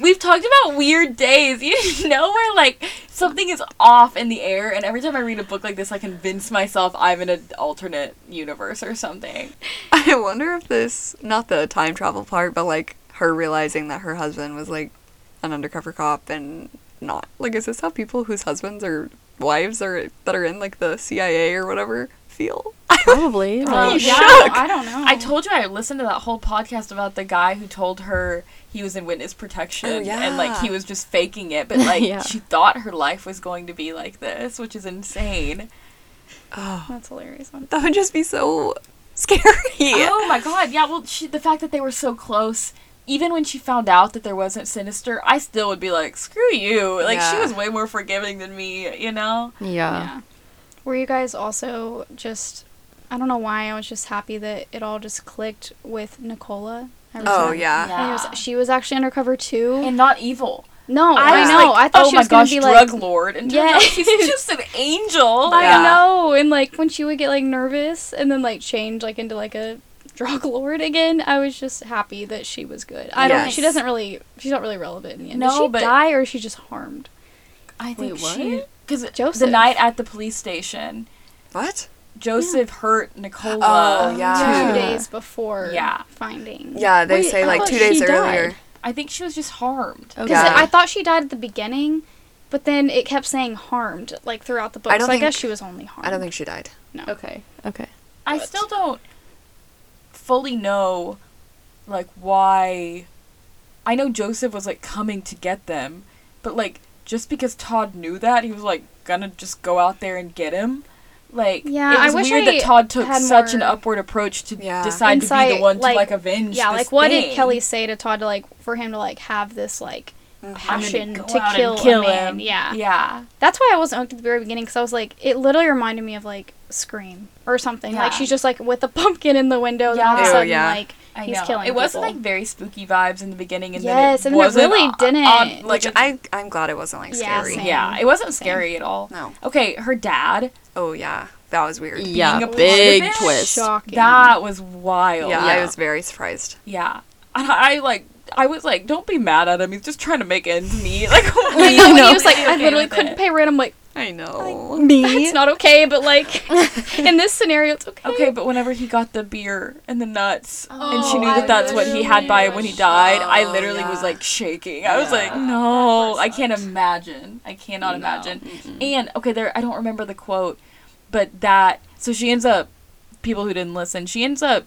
Speaker 3: we've talked about weird days you know where like something is off in the air and every time I read a book like this I convince myself I'm in an alternate universe or something
Speaker 2: I wonder if this, not the time travel part, but like her realizing that her husband was like an undercover cop and not like is this how people whose husbands or wives are that are in like the CIA or whatever feel?
Speaker 5: probably
Speaker 3: Um,
Speaker 5: like,
Speaker 3: yeah.
Speaker 4: No, I don't know.
Speaker 3: I told you I listened to that whole podcast about the guy who told her he was in witness protection
Speaker 2: Oh,
Speaker 3: and like
Speaker 2: yeah.
Speaker 3: he was just faking it, but like
Speaker 5: Yeah.
Speaker 3: she thought her life was going to be like this, which is insane.
Speaker 4: That's a hilarious. One.
Speaker 2: That would just be so scary.
Speaker 3: Oh my god, yeah. Well, she, the fact that they were so close, even when she found out that there wasn't sinister, I still would be like, screw you. Like she
Speaker 2: Yeah.
Speaker 3: was way more forgiving than me, you know.
Speaker 5: yeah.
Speaker 4: Were you guys also just? I don't know why I was just happy that it all just clicked with Nicola. I really
Speaker 2: Oh
Speaker 4: like-
Speaker 2: yeah.
Speaker 4: I think it was, she was actually undercover too.
Speaker 3: And not evil.
Speaker 4: no, I,
Speaker 3: was
Speaker 4: know.
Speaker 3: like,
Speaker 4: I thought
Speaker 3: oh
Speaker 4: she
Speaker 3: my
Speaker 4: was gonna
Speaker 3: gosh,
Speaker 4: be
Speaker 3: drug
Speaker 4: like.
Speaker 3: lord, and turns
Speaker 4: Yeah.
Speaker 3: out she's just an angel.
Speaker 4: I
Speaker 2: Yeah.
Speaker 4: know, and like when she would get like nervous and then like change like into like a drug lord again, I was just happy that she was good. I don't.
Speaker 2: Yes.
Speaker 4: She doesn't really. She's not really relevant in the end. Did
Speaker 3: No,
Speaker 4: she
Speaker 3: but-
Speaker 4: die or is she just harmed?
Speaker 3: I
Speaker 5: Wait,
Speaker 3: think
Speaker 5: what?
Speaker 3: she because the
Speaker 4: Joseph.
Speaker 3: night at the police station,
Speaker 2: What?
Speaker 3: Joseph hurt Nicola.
Speaker 2: Oh, yeah.
Speaker 4: Two
Speaker 5: Yeah.
Speaker 4: days before.
Speaker 3: Yeah.
Speaker 4: Finding.
Speaker 2: Yeah, they
Speaker 5: Wait,
Speaker 2: say
Speaker 5: I
Speaker 2: like
Speaker 5: thought
Speaker 2: two days
Speaker 5: she
Speaker 2: earlier.
Speaker 5: died.
Speaker 3: I think she was just harmed.
Speaker 5: Okay.
Speaker 4: Because
Speaker 2: Yeah.
Speaker 4: I thought she died at the beginning, but then it kept saying harmed like throughout the book.
Speaker 2: I don't
Speaker 4: so I guess
Speaker 2: think-
Speaker 4: she was only harmed.
Speaker 2: I don't think she died.
Speaker 5: okay okay
Speaker 3: I
Speaker 4: But-
Speaker 3: still don't fully know, like why. I know Joseph was like coming to get them, but like just because Todd knew that, he was like gonna just go out there and get him. Like
Speaker 4: Yeah,
Speaker 3: it
Speaker 4: I
Speaker 3: was
Speaker 4: wish
Speaker 3: weird
Speaker 4: I
Speaker 3: that Todd took
Speaker 4: had
Speaker 3: such an
Speaker 4: more
Speaker 3: upward approach to
Speaker 2: Yeah.
Speaker 3: decide to be
Speaker 4: Insight,
Speaker 3: the one to like avenge.
Speaker 4: Yeah,
Speaker 3: this
Speaker 4: like what did
Speaker 3: thing.
Speaker 4: Kelly say to Todd to like for him to like have this like
Speaker 2: Mm-hmm.
Speaker 3: I'm gonna
Speaker 4: passion
Speaker 3: go
Speaker 4: to
Speaker 3: out
Speaker 4: kill,
Speaker 3: and
Speaker 4: a man?
Speaker 3: him.
Speaker 4: Yeah.
Speaker 3: yeah.
Speaker 4: That's why I wasn't hooked at the very beginning because I was like, it literally reminded me of like Scream or something. Like
Speaker 3: Yeah.
Speaker 4: she's just like with a pumpkin in the window, and all of a
Speaker 3: Yeah. Ew,
Speaker 4: sudden
Speaker 2: yeah.
Speaker 4: like he's killing.
Speaker 3: It was
Speaker 4: people.
Speaker 3: like very spooky vibes in the beginning, and
Speaker 4: Yes,
Speaker 3: then
Speaker 4: and then
Speaker 3: it
Speaker 4: it
Speaker 3: wasn't
Speaker 4: really
Speaker 3: o-
Speaker 4: didn't.
Speaker 3: on- like
Speaker 2: Which I I'm glad it wasn't like
Speaker 4: Yeah,
Speaker 2: scary.
Speaker 4: same.
Speaker 3: yeah, it wasn't scary at all.
Speaker 2: No.
Speaker 3: Okay, her dad.
Speaker 2: Oh yeah, that was weird.
Speaker 5: Yeah,
Speaker 3: a part of
Speaker 5: big
Speaker 3: it?
Speaker 5: twist.
Speaker 4: shocking.
Speaker 3: That was wild.
Speaker 2: Yeah, I
Speaker 5: Yeah.
Speaker 2: was very surprised.
Speaker 3: Yeah. And I, I like I was like, don't be mad at him. He's just trying to make ends meet. Like,
Speaker 4: I know,
Speaker 3: you
Speaker 4: when
Speaker 3: know?
Speaker 4: he was like, I
Speaker 3: Okay
Speaker 4: literally
Speaker 3: with
Speaker 4: couldn't
Speaker 3: it.
Speaker 4: pay rent. I'm like,
Speaker 2: I know.
Speaker 4: it's not okay, but like in this scenario, it's okay.
Speaker 3: Okay, but whenever he got the beer and the nuts, and she
Speaker 4: Oh,
Speaker 3: knew
Speaker 4: I
Speaker 3: that that's what he had
Speaker 4: really
Speaker 3: by him when he died, I
Speaker 2: Oh,
Speaker 3: literally was
Speaker 2: yeah.
Speaker 3: like shaking. I was like,
Speaker 2: Yeah.
Speaker 3: no, I can't imagine. I cannot imagine. And okay, there, I don't remember the quote, but that. So she ends up. People who didn't listen, she ends up.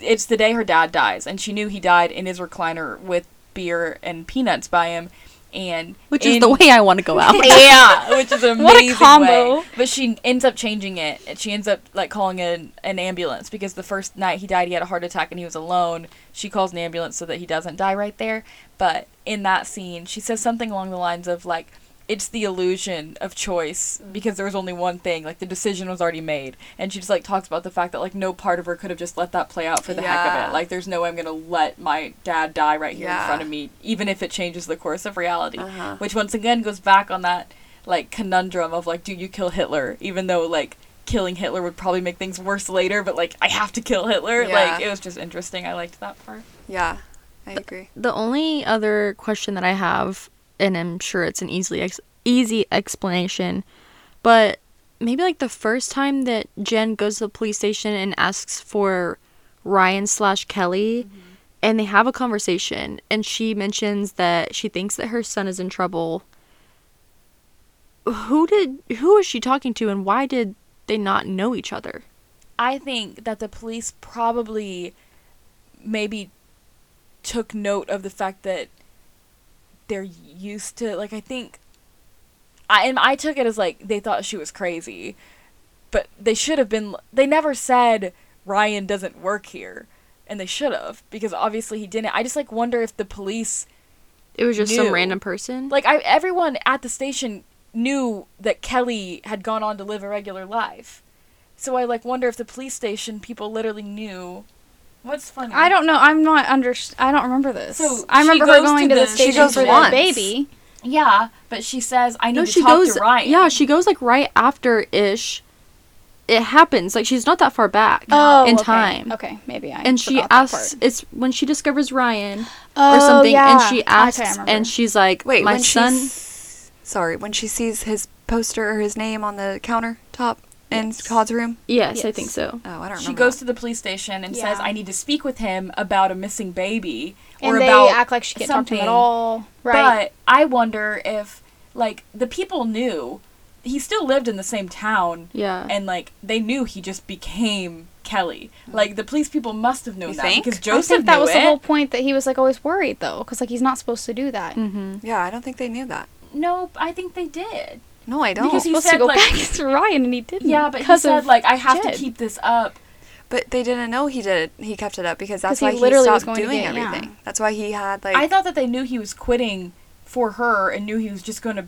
Speaker 3: It's the day her dad dies, and she knew he died in his recliner with beer and peanuts by him, and
Speaker 5: Which is
Speaker 3: in-
Speaker 5: the way I want to go out.
Speaker 3: yeah, which is an amazing
Speaker 4: What a combo.
Speaker 3: way. But she ends up changing it. and She ends up like calling an, an ambulance because the first night he died, he had a heart attack and he was alone. She calls an ambulance so that he doesn't die right there. But in that scene, she says something along the lines of like, "It's the illusion of choice because there was only one thing. Like the decision was already made." And she just like talks about the fact that like no part of her could have just let that play out for the heck of
Speaker 2: Yeah.
Speaker 3: it. Like there's no way I'm gonna let my dad die right here in
Speaker 2: Yeah.
Speaker 3: front of me, even if it changes the course of realality
Speaker 2: Uh-huh.
Speaker 3: which once again goes back on that like conundrum of like do you kill hitler even though like killing hitler would probably make things worse later but like i have to kill hitler like
Speaker 2: Yeah.
Speaker 3: it was just interesting i liked that part
Speaker 2: Yeah, I agree.
Speaker 5: The only other question that I have, and I'm sure it's an easily ex- easy explanation, but maybe like the first time that Jen goes to the police station and asks for Ryan slash Kelly, and they have a conversation, and she mentions that she thinks that her son is in trouble. Who did who was she talking to, and why did they not know each other?
Speaker 3: i think that the police probably maybe took note of the fact that they're used to like i think i and i took it as like they thought she was crazy but they should have been they never said ryan doesn't work here and they should have because obviously he didn't i just like wonder if the police
Speaker 5: It was just some
Speaker 3: Knew.
Speaker 5: random person.
Speaker 3: like I everyone at the station knew that Kelly had gone on to live a regular life. So I like wonder if the police station people literally knew. What's funny?
Speaker 4: I don't know. I'm not under. I don't remember this.
Speaker 3: So,
Speaker 4: I
Speaker 3: she
Speaker 4: remember her
Speaker 3: goes
Speaker 4: going
Speaker 3: to
Speaker 4: to the,
Speaker 3: the- she
Speaker 4: station
Speaker 5: goes
Speaker 4: for the
Speaker 5: once.
Speaker 4: baby.
Speaker 3: Yeah, but she says I need
Speaker 5: No,
Speaker 3: to
Speaker 5: she
Speaker 3: talk
Speaker 5: goes.
Speaker 3: to Ryan.
Speaker 5: Yeah, she goes like right after ish. It happens like she's not that far back
Speaker 4: Oh,
Speaker 5: in
Speaker 4: okay.
Speaker 5: time,
Speaker 4: Okay, maybe I.
Speaker 5: and she
Speaker 4: forgot that
Speaker 5: asks.
Speaker 4: part.
Speaker 5: It's when she discovers Ryan
Speaker 4: Oh,
Speaker 5: or something,
Speaker 4: yeah.
Speaker 5: and she
Speaker 4: Okay, I
Speaker 5: asks,
Speaker 4: remember.
Speaker 5: and she's like,
Speaker 2: Wait,
Speaker 5: my
Speaker 2: when she
Speaker 5: son."
Speaker 2: s- sorry, when she sees his poster or his name on the countertop in Todd's room.
Speaker 5: yes, I
Speaker 4: Yes.
Speaker 5: think so.
Speaker 2: Oh, I don't remember.
Speaker 3: She goes
Speaker 2: that.
Speaker 3: to the police station and says
Speaker 4: Yeah.
Speaker 3: I need to speak with him about a missing baby
Speaker 4: and
Speaker 3: or
Speaker 4: they
Speaker 3: about
Speaker 4: act like she can't talk to him at
Speaker 3: something.
Speaker 4: all. Right.
Speaker 3: But I wonder if like the people knew he still lived in the same town.
Speaker 5: Yeah.
Speaker 3: And like they knew he just became Kelly. Like the police people must have known
Speaker 2: You
Speaker 3: that
Speaker 2: think?
Speaker 3: because
Speaker 4: I
Speaker 3: Joseph
Speaker 4: think that
Speaker 3: knew
Speaker 4: was
Speaker 3: it.
Speaker 4: the whole point that he was like always worried though, because like he's not supposed to do
Speaker 3: Mm-hmm.
Speaker 4: that.
Speaker 2: Yeah, I don't think they knew that.
Speaker 3: No, I think they did.
Speaker 2: No, I don't.
Speaker 3: Because he
Speaker 4: Supposed
Speaker 3: said,
Speaker 4: to go
Speaker 3: like-
Speaker 4: back to Ryan, and he didn't.
Speaker 3: Yeah, but he
Speaker 4: 'cause
Speaker 3: said
Speaker 4: Mm. of
Speaker 3: like I have
Speaker 4: Jed.
Speaker 3: to keep this up.
Speaker 2: But they didn't know he did it. He kept it up because
Speaker 4: 'Cause
Speaker 2: that's
Speaker 4: he
Speaker 2: why he,
Speaker 4: literally was
Speaker 2: stopped
Speaker 4: going to
Speaker 2: doing
Speaker 4: get- yeah.
Speaker 2: everything. That's why he had like.
Speaker 3: I thought that they knew he was quitting for her and knew he was just going to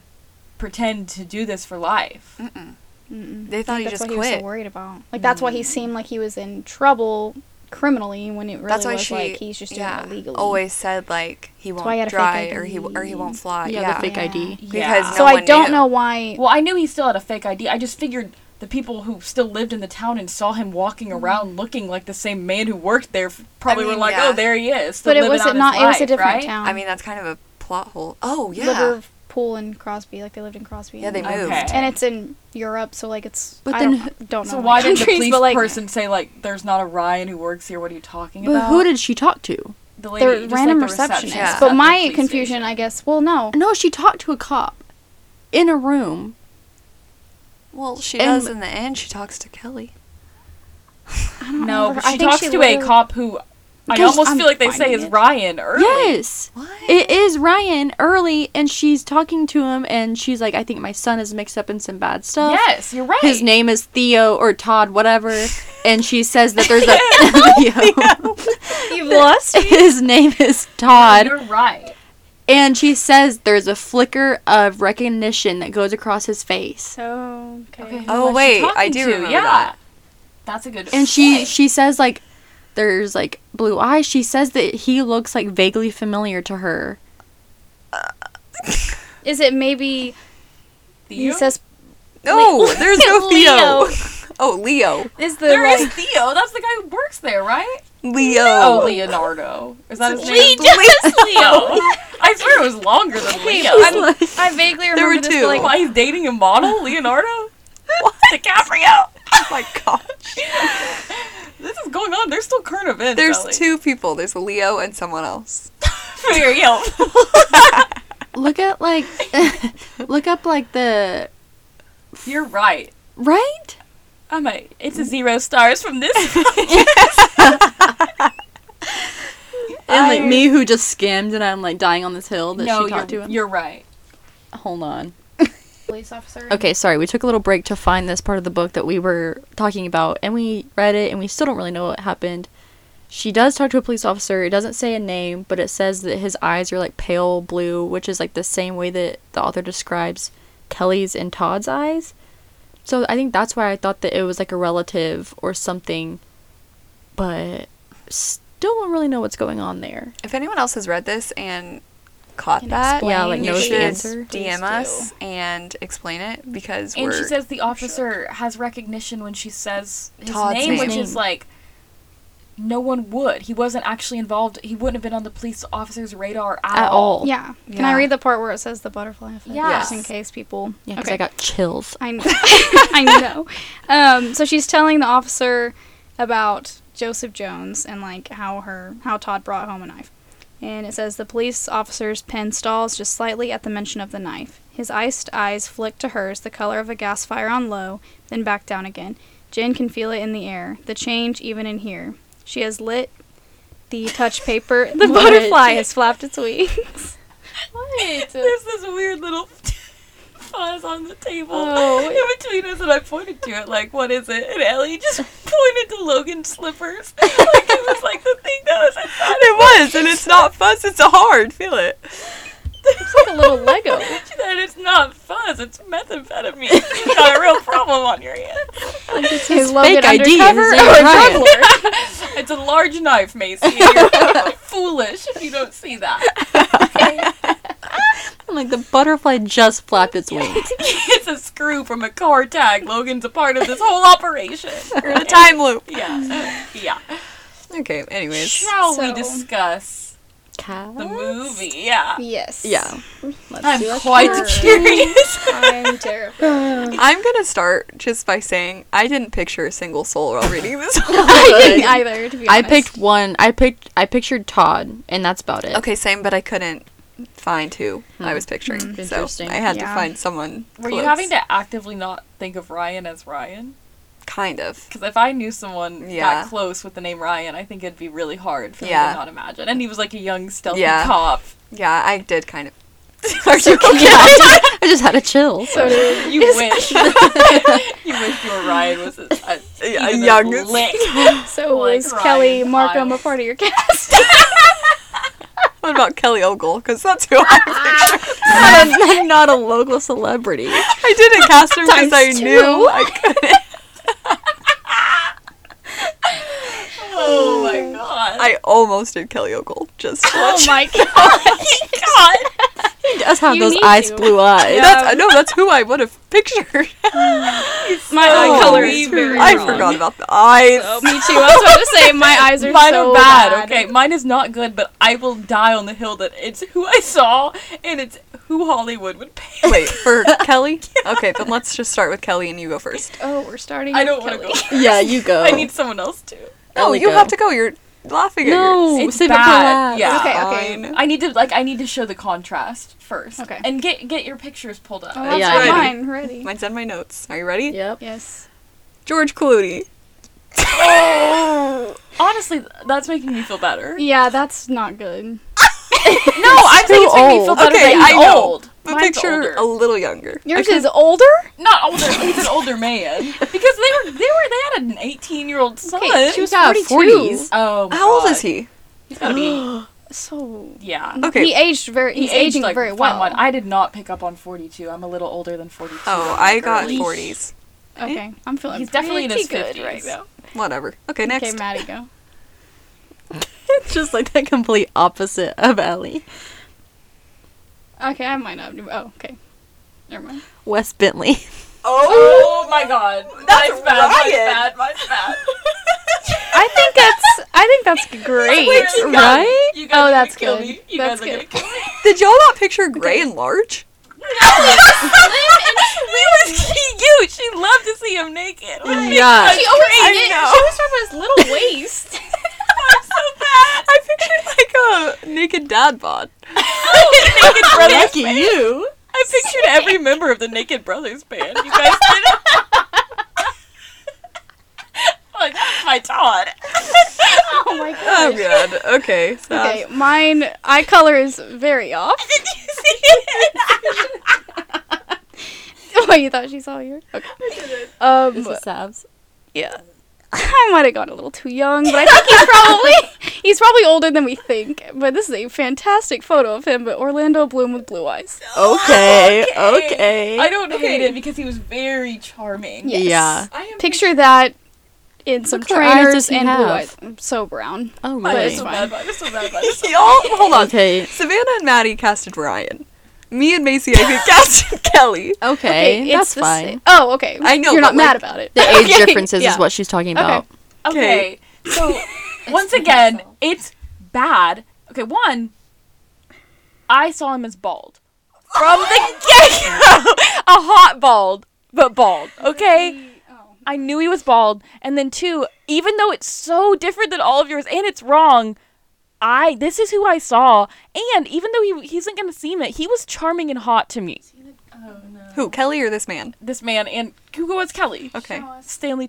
Speaker 3: pretend to do this for life.
Speaker 4: Mm,
Speaker 2: they thought he
Speaker 4: That's
Speaker 2: just
Speaker 4: what he was
Speaker 2: quit.
Speaker 4: so worried about. Like that's
Speaker 3: Mm.
Speaker 4: why he seemed like he was in trouble criminally when it really
Speaker 2: that's why
Speaker 4: was
Speaker 2: she.
Speaker 4: like he's just doing
Speaker 2: yeah,
Speaker 4: it legally.
Speaker 2: Always said like he won't
Speaker 4: why I had a fake
Speaker 2: dry or he or he
Speaker 4: ID.
Speaker 2: won't fly.
Speaker 5: yeah, the fake
Speaker 4: uh, Yeah.
Speaker 5: ID.
Speaker 3: Yeah.
Speaker 2: Because no
Speaker 4: so I
Speaker 2: one
Speaker 4: don't
Speaker 2: knew.
Speaker 4: know why.
Speaker 3: Well, I knew he still had a fake ID. I just figured the people who still lived in the town and saw him walking
Speaker 4: Mm.
Speaker 3: around looking like the same man who worked there f- probably
Speaker 2: mean,
Speaker 3: were like,
Speaker 2: yeah.
Speaker 3: "Oh, there he is." still
Speaker 4: But it
Speaker 3: living
Speaker 4: was
Speaker 3: out
Speaker 4: it
Speaker 3: his
Speaker 4: not. it was a
Speaker 3: life,
Speaker 4: different
Speaker 3: right?
Speaker 4: town.
Speaker 2: I mean, that's kind of a plot hole. Oh yeah.
Speaker 4: Liverpool and Crosby, like they lived in Crosby.
Speaker 2: Yeah, they
Speaker 4: and-
Speaker 2: moved.
Speaker 3: Okay.
Speaker 4: And it's in Europe, so like it's.
Speaker 5: But
Speaker 4: I
Speaker 5: then
Speaker 4: don't, don't know.
Speaker 3: So
Speaker 4: the
Speaker 3: why did the
Speaker 4: countries,
Speaker 3: police
Speaker 4: but, like,
Speaker 3: person say like, "There's not a Ryan who works here"? What are you talking
Speaker 5: But
Speaker 3: about?
Speaker 5: who did she talk to?
Speaker 3: the
Speaker 4: They're
Speaker 3: just, like,
Speaker 4: random
Speaker 3: the
Speaker 4: receptionists.
Speaker 3: receptionist at
Speaker 4: But
Speaker 3: the
Speaker 4: my
Speaker 3: police
Speaker 4: confusion,
Speaker 3: station.
Speaker 4: I guess. Well, no.
Speaker 5: No, she talked to a cop in a room.
Speaker 2: Well, she
Speaker 5: And-
Speaker 2: does in the end. She talks to Kelly.
Speaker 3: No,
Speaker 4: remember.
Speaker 3: but she
Speaker 4: Oh, I think
Speaker 3: talks
Speaker 4: she
Speaker 3: to a
Speaker 4: literally-
Speaker 3: cop who I
Speaker 4: Gosh,
Speaker 3: almost
Speaker 4: I'm
Speaker 3: feel like they say
Speaker 4: finding
Speaker 3: it's
Speaker 4: it.
Speaker 3: Ryan early.
Speaker 5: Yes. It is Ryan early, and she's talking to him, and she's like, I think my son is mixed up in some bad stuff.
Speaker 3: Yes, you're right.
Speaker 5: His name is Theo or Todd, whatever. And she says that there's a
Speaker 4: You've lost.
Speaker 5: Theo. His name is Todd.
Speaker 3: You're right.
Speaker 5: And she says there's a flicker of recognition that goes across his face.
Speaker 4: So okay.
Speaker 2: Oh,
Speaker 3: Who was she
Speaker 2: wait, I
Speaker 3: talking
Speaker 2: do
Speaker 3: to?
Speaker 2: remember
Speaker 3: yeah.
Speaker 2: that.
Speaker 3: That's a good.
Speaker 5: And she
Speaker 3: point.
Speaker 5: she says like there's like blue eyes. She says that he looks like vaguely familiar to her.
Speaker 4: Is it maybe he
Speaker 3: Theo?
Speaker 4: says
Speaker 2: No, there's no Theo.
Speaker 4: Leo.
Speaker 2: Oh, Leo.
Speaker 4: is the
Speaker 3: There is
Speaker 4: like
Speaker 3: Theo. That's the guy who works there, right?
Speaker 2: Leo.
Speaker 3: Oh, Leonardo. Is that his name?
Speaker 2: Leo.
Speaker 3: Leo. I swear it was longer than Leo. I'm
Speaker 2: I'm-
Speaker 4: I vaguely
Speaker 2: were
Speaker 4: remember this.
Speaker 2: two.
Speaker 4: But like,
Speaker 3: why he's dating a model, Leonardo? DiCaprio.
Speaker 2: oh my gosh.
Speaker 3: This is going on. There's still current events.
Speaker 2: There's
Speaker 3: Ellie.
Speaker 2: two people. There's Leo and someone else.
Speaker 3: Figure it out.
Speaker 5: Look at like look up like the
Speaker 3: You're right.
Speaker 5: right?
Speaker 3: I'm a, it's a zero stars from this.
Speaker 5: And like
Speaker 3: I-
Speaker 5: me who just skimmed and I'm like dying on this hill that
Speaker 3: no,
Speaker 5: she talked to
Speaker 3: you're,
Speaker 5: him.
Speaker 3: you're right.
Speaker 5: Hold on.
Speaker 4: police officer.
Speaker 5: Okay, sorry. We took a little break to find this part of the book that we were talking about, and we read it, and we still don't really know what happened. She does talk to a police officer. It doesn't say a name, but it says that his eyes are like pale blue, which is like the same way that the author describes Kelly's and Todd's eyes. So I think that's why I thought that it was like a relative or something, but still don't really know what's going on there.
Speaker 2: If anyone else has read this and caught
Speaker 4: Can
Speaker 2: that,
Speaker 4: explain
Speaker 5: Yeah, like
Speaker 4: Explain.
Speaker 2: you
Speaker 5: knows
Speaker 2: should
Speaker 5: the answer.
Speaker 2: DM
Speaker 4: Please
Speaker 2: us and explain it because
Speaker 3: And
Speaker 2: we're
Speaker 3: she says the officer has recognition when she says his
Speaker 2: Todd's
Speaker 3: name, which
Speaker 2: name.
Speaker 3: is like no one would. He wasn't actually involved. He wouldn't have been on the police officer's radar at,
Speaker 5: At all.
Speaker 4: Yeah. Can I
Speaker 2: Yeah.
Speaker 4: read the part where it says the butterfly effect?
Speaker 3: Yes.
Speaker 4: Just in case people.
Speaker 5: Yeah, 'cause I got chills.
Speaker 4: I know. I know. Um, so she's telling the officer about Joseph Jones and like how her how Todd brought home a knife. And it says the police officer's pen stalls just slightly at the mention of the knife. His iced eyes flick to hers, the color of a gas fire on low, then back down again. Jen can feel it in the air, the change even in here. She has lit the touch paper. The
Speaker 5: What?
Speaker 4: butterfly has flapped its wings.
Speaker 3: There's this weird little fuzz on the table
Speaker 4: Oh.
Speaker 3: in between us, and I pointed to it like, "What is it?" And Ellie just pointed to Logan's slippers, like it was like the thing that was inside.
Speaker 2: it was, and it's not fuzz. It's a hard. Feel it.
Speaker 4: It's like a little Lego.
Speaker 3: She said, "It's not fuzz. It's methamphetamine. You got a real problem on your hands.
Speaker 4: It's his Logan
Speaker 5: fake ID,
Speaker 4: undercover
Speaker 5: his
Speaker 4: or
Speaker 5: name
Speaker 4: a
Speaker 5: Ryan.
Speaker 4: juggler.
Speaker 3: It's a large knife, Macy. You're foolish if you don't see that.
Speaker 5: I'm like the butterfly just flapped its wings.
Speaker 3: It's a screw from a car tag. Logan's a part of this whole operation.
Speaker 2: We're in a time loop.
Speaker 3: Yeah, yeah.
Speaker 2: Okay. Anyways,
Speaker 3: Shall we
Speaker 4: So-
Speaker 3: discuss
Speaker 5: Cat?
Speaker 3: the movie? Yeah."
Speaker 4: Yes.
Speaker 5: Yeah.
Speaker 3: I'm quite
Speaker 4: Sure.
Speaker 3: curious.
Speaker 4: I'm terrified.
Speaker 2: I'm gonna start just by saying I didn't picture a single soul while reading this.
Speaker 4: I didn't either, to be
Speaker 5: I
Speaker 4: honest.
Speaker 5: picked one. I picked. I pictured Todd, and that's about it.
Speaker 2: okay, same, but I couldn't find who I was picturing, so
Speaker 5: Interesting.
Speaker 2: I had to
Speaker 4: Yeah.
Speaker 2: find someone.
Speaker 3: Were you
Speaker 2: close.
Speaker 3: having to actively not think of Ryan as Ryan?
Speaker 2: Kind of.
Speaker 3: Because if I knew someone
Speaker 2: Yeah.
Speaker 3: that close with the name Ryan, I think it'd be really hard for me
Speaker 2: Yeah.
Speaker 3: to not imagine. And he was like a young stealthy
Speaker 2: Yeah.
Speaker 3: cop.
Speaker 2: Yeah, I did kind of.
Speaker 5: Are you kidding? I just had a chill.
Speaker 3: You wish. you wish your Ryan was a, a,
Speaker 2: Yeah,
Speaker 3: even
Speaker 2: young-
Speaker 3: lick.
Speaker 4: So
Speaker 3: Like
Speaker 4: was Kelly
Speaker 3: Ryan
Speaker 4: Markham a
Speaker 3: Miles.
Speaker 4: part of your cast?
Speaker 2: What about Kelly Ogle? Because that's who I pictured.
Speaker 5: I'm not a local celebrity.
Speaker 2: I didn't cast her because
Speaker 4: Times
Speaker 2: I
Speaker 4: two.
Speaker 2: knew I couldn't.
Speaker 3: Oh my god.
Speaker 2: I almost did Kelly Ogle. Just to
Speaker 4: oh
Speaker 2: watch.
Speaker 4: my god.
Speaker 3: god.
Speaker 5: He does have
Speaker 4: You
Speaker 5: those
Speaker 4: need
Speaker 5: ice
Speaker 4: to.
Speaker 5: blue eyes.
Speaker 4: Yeah.
Speaker 2: That's, no, that's who I would have pictured.
Speaker 4: My
Speaker 2: Oh,
Speaker 4: eye color is
Speaker 3: we very
Speaker 4: very
Speaker 2: I
Speaker 4: wrong.
Speaker 2: forgot about the eyes.
Speaker 4: Oh, me too. I was about to say my eyes are
Speaker 3: Mine
Speaker 4: so
Speaker 3: are bad, okay? Mine is not good, but I will die on the hill that it's who I saw and it's who Hollywood would pay.
Speaker 2: Wait, for Kelly? Okay, then let's just start with Kelly and you go first.
Speaker 4: Oh, we're starting.
Speaker 3: I
Speaker 4: with
Speaker 3: don't want to
Speaker 4: Kelly.
Speaker 3: go.
Speaker 5: Yeah, you go.
Speaker 3: I need someone else to.
Speaker 2: No,
Speaker 5: Ellie,
Speaker 2: you
Speaker 5: go.
Speaker 2: have to go. You're laughing
Speaker 5: No,
Speaker 3: It's
Speaker 5: save it for
Speaker 3: bad,
Speaker 5: last.
Speaker 3: yeah.
Speaker 2: at
Speaker 4: Okay,
Speaker 2: yours.
Speaker 4: okay.
Speaker 2: Fine.
Speaker 3: I need to like I need to show the contrast first.
Speaker 4: Okay.
Speaker 3: And get get your pictures pulled up.
Speaker 4: Oh, that's
Speaker 5: Yeah, I
Speaker 4: yeah,
Speaker 5: know.
Speaker 4: mine ready.
Speaker 2: Mine's in my notes. Are you ready?
Speaker 5: Yep.
Speaker 4: Yes.
Speaker 2: George Clooney.
Speaker 3: Honestly, th- that's making me feel better.
Speaker 4: Yeah, that's not good.
Speaker 3: No, I'm saying it's making me feel
Speaker 5: old.
Speaker 3: better
Speaker 2: Okay,
Speaker 3: that he's
Speaker 2: I know.
Speaker 3: old.
Speaker 2: But
Speaker 3: Mine's
Speaker 2: picture
Speaker 3: older.
Speaker 2: a little younger.
Speaker 4: Yours is older.
Speaker 3: not older. He's an older man because they were they were they had an 18 year old son.
Speaker 4: Okay, she was
Speaker 5: Yeah,
Speaker 4: 42.
Speaker 5: 40s.
Speaker 3: oh, my
Speaker 2: How old
Speaker 3: God.
Speaker 2: is he?
Speaker 3: He's gotta be
Speaker 4: So
Speaker 3: yeah.
Speaker 2: Okay.
Speaker 4: he aged very.
Speaker 3: He
Speaker 4: He's
Speaker 3: aged,
Speaker 4: aging
Speaker 3: like,
Speaker 4: very
Speaker 3: fine
Speaker 4: well.
Speaker 3: wine. I did not pick up on 42. I'm a little older than 42.
Speaker 2: Oh,
Speaker 3: I'm
Speaker 2: I
Speaker 3: like
Speaker 2: got
Speaker 3: early.
Speaker 2: 40s.
Speaker 4: Okay, I'm feeling.
Speaker 3: He's definitely in
Speaker 4: pretty
Speaker 3: his 50s.
Speaker 4: good right now.
Speaker 2: Whatever. Okay, next.
Speaker 4: Okay, Maddie, go.
Speaker 5: It's just like the complete opposite of Ellie.
Speaker 4: Okay, I might not. do- Oh, okay. Never mind.
Speaker 5: Wes Bentley.
Speaker 3: Oh my god. That's mine's bad. Mine's
Speaker 2: Ryan.
Speaker 3: bad. Mine's bad.
Speaker 4: I think that's. I think that's great.
Speaker 3: You guys-
Speaker 5: right?
Speaker 3: You guys are
Speaker 4: Oh,
Speaker 3: gonna
Speaker 4: that's
Speaker 3: kill
Speaker 4: good.
Speaker 3: me. You
Speaker 4: That's
Speaker 3: guys are gonna
Speaker 4: good.
Speaker 3: kill me.
Speaker 2: Did y'all not picture gray and large?
Speaker 3: It was cute. She loved to see him naked.
Speaker 5: Yeah.
Speaker 3: She always
Speaker 4: was from his little waist.
Speaker 3: I'm so bad.
Speaker 2: I pictured like a naked dad bod.
Speaker 3: naked brothers.
Speaker 5: Lucky you.
Speaker 3: I pictured every member of the Naked Brothers band. You guys did. like that's my Todd.
Speaker 4: oh my god.
Speaker 2: Oh god. Okay. so-
Speaker 4: Okay,
Speaker 5: Um,
Speaker 4: mine eye color is very off.
Speaker 3: Did you see it?
Speaker 4: oh, you thought she saw you? Okay. Um,
Speaker 5: Sabs.
Speaker 4: yeah. I might have gone a little too young, but I think he's probably he's probably older than we think. But this is a fantastic photo of him. But Orlando Bloom with blue eyes.
Speaker 5: Okay. Okay.
Speaker 3: I don't hate it because he was very charming.
Speaker 4: Yes.
Speaker 5: Yeah.
Speaker 3: I am
Speaker 4: Picture that in some
Speaker 5: What color eyes
Speaker 4: trainers
Speaker 5: does he
Speaker 4: and blue
Speaker 5: have?
Speaker 4: eyes. I'm so brown.
Speaker 5: Oh,
Speaker 3: I'm
Speaker 5: really?
Speaker 3: so bad. I'm so bad. I'm so
Speaker 2: Y'all, hold on.
Speaker 5: Okay.
Speaker 2: Savannah and Maddie casted Ryan. Me and Macy, I think, casted Kelly.
Speaker 5: Okay.
Speaker 4: it's
Speaker 5: Eh, that's
Speaker 4: the
Speaker 5: fine.
Speaker 4: sa- Oh, okay.
Speaker 2: I know,
Speaker 4: You're not
Speaker 2: but, like,
Speaker 4: mad about it.
Speaker 5: The age
Speaker 4: Okay,
Speaker 5: differences
Speaker 4: yeah.
Speaker 5: is what she's talking
Speaker 4: Okay.
Speaker 5: about.
Speaker 3: bad. Okay. So once again, it's bad. Okay, one. I saw him as bald from the get go. A hot bald, but bald. Okay. I knew he was bald. And then two, even though it's so different than all of yours and it's wrong, I this is who I saw. And even though he he isn't gonna seem it, he was charming and hot to me.
Speaker 2: Who, Kelly or this man?
Speaker 3: This man and who was Kelly?
Speaker 2: Okay.
Speaker 3: Stanley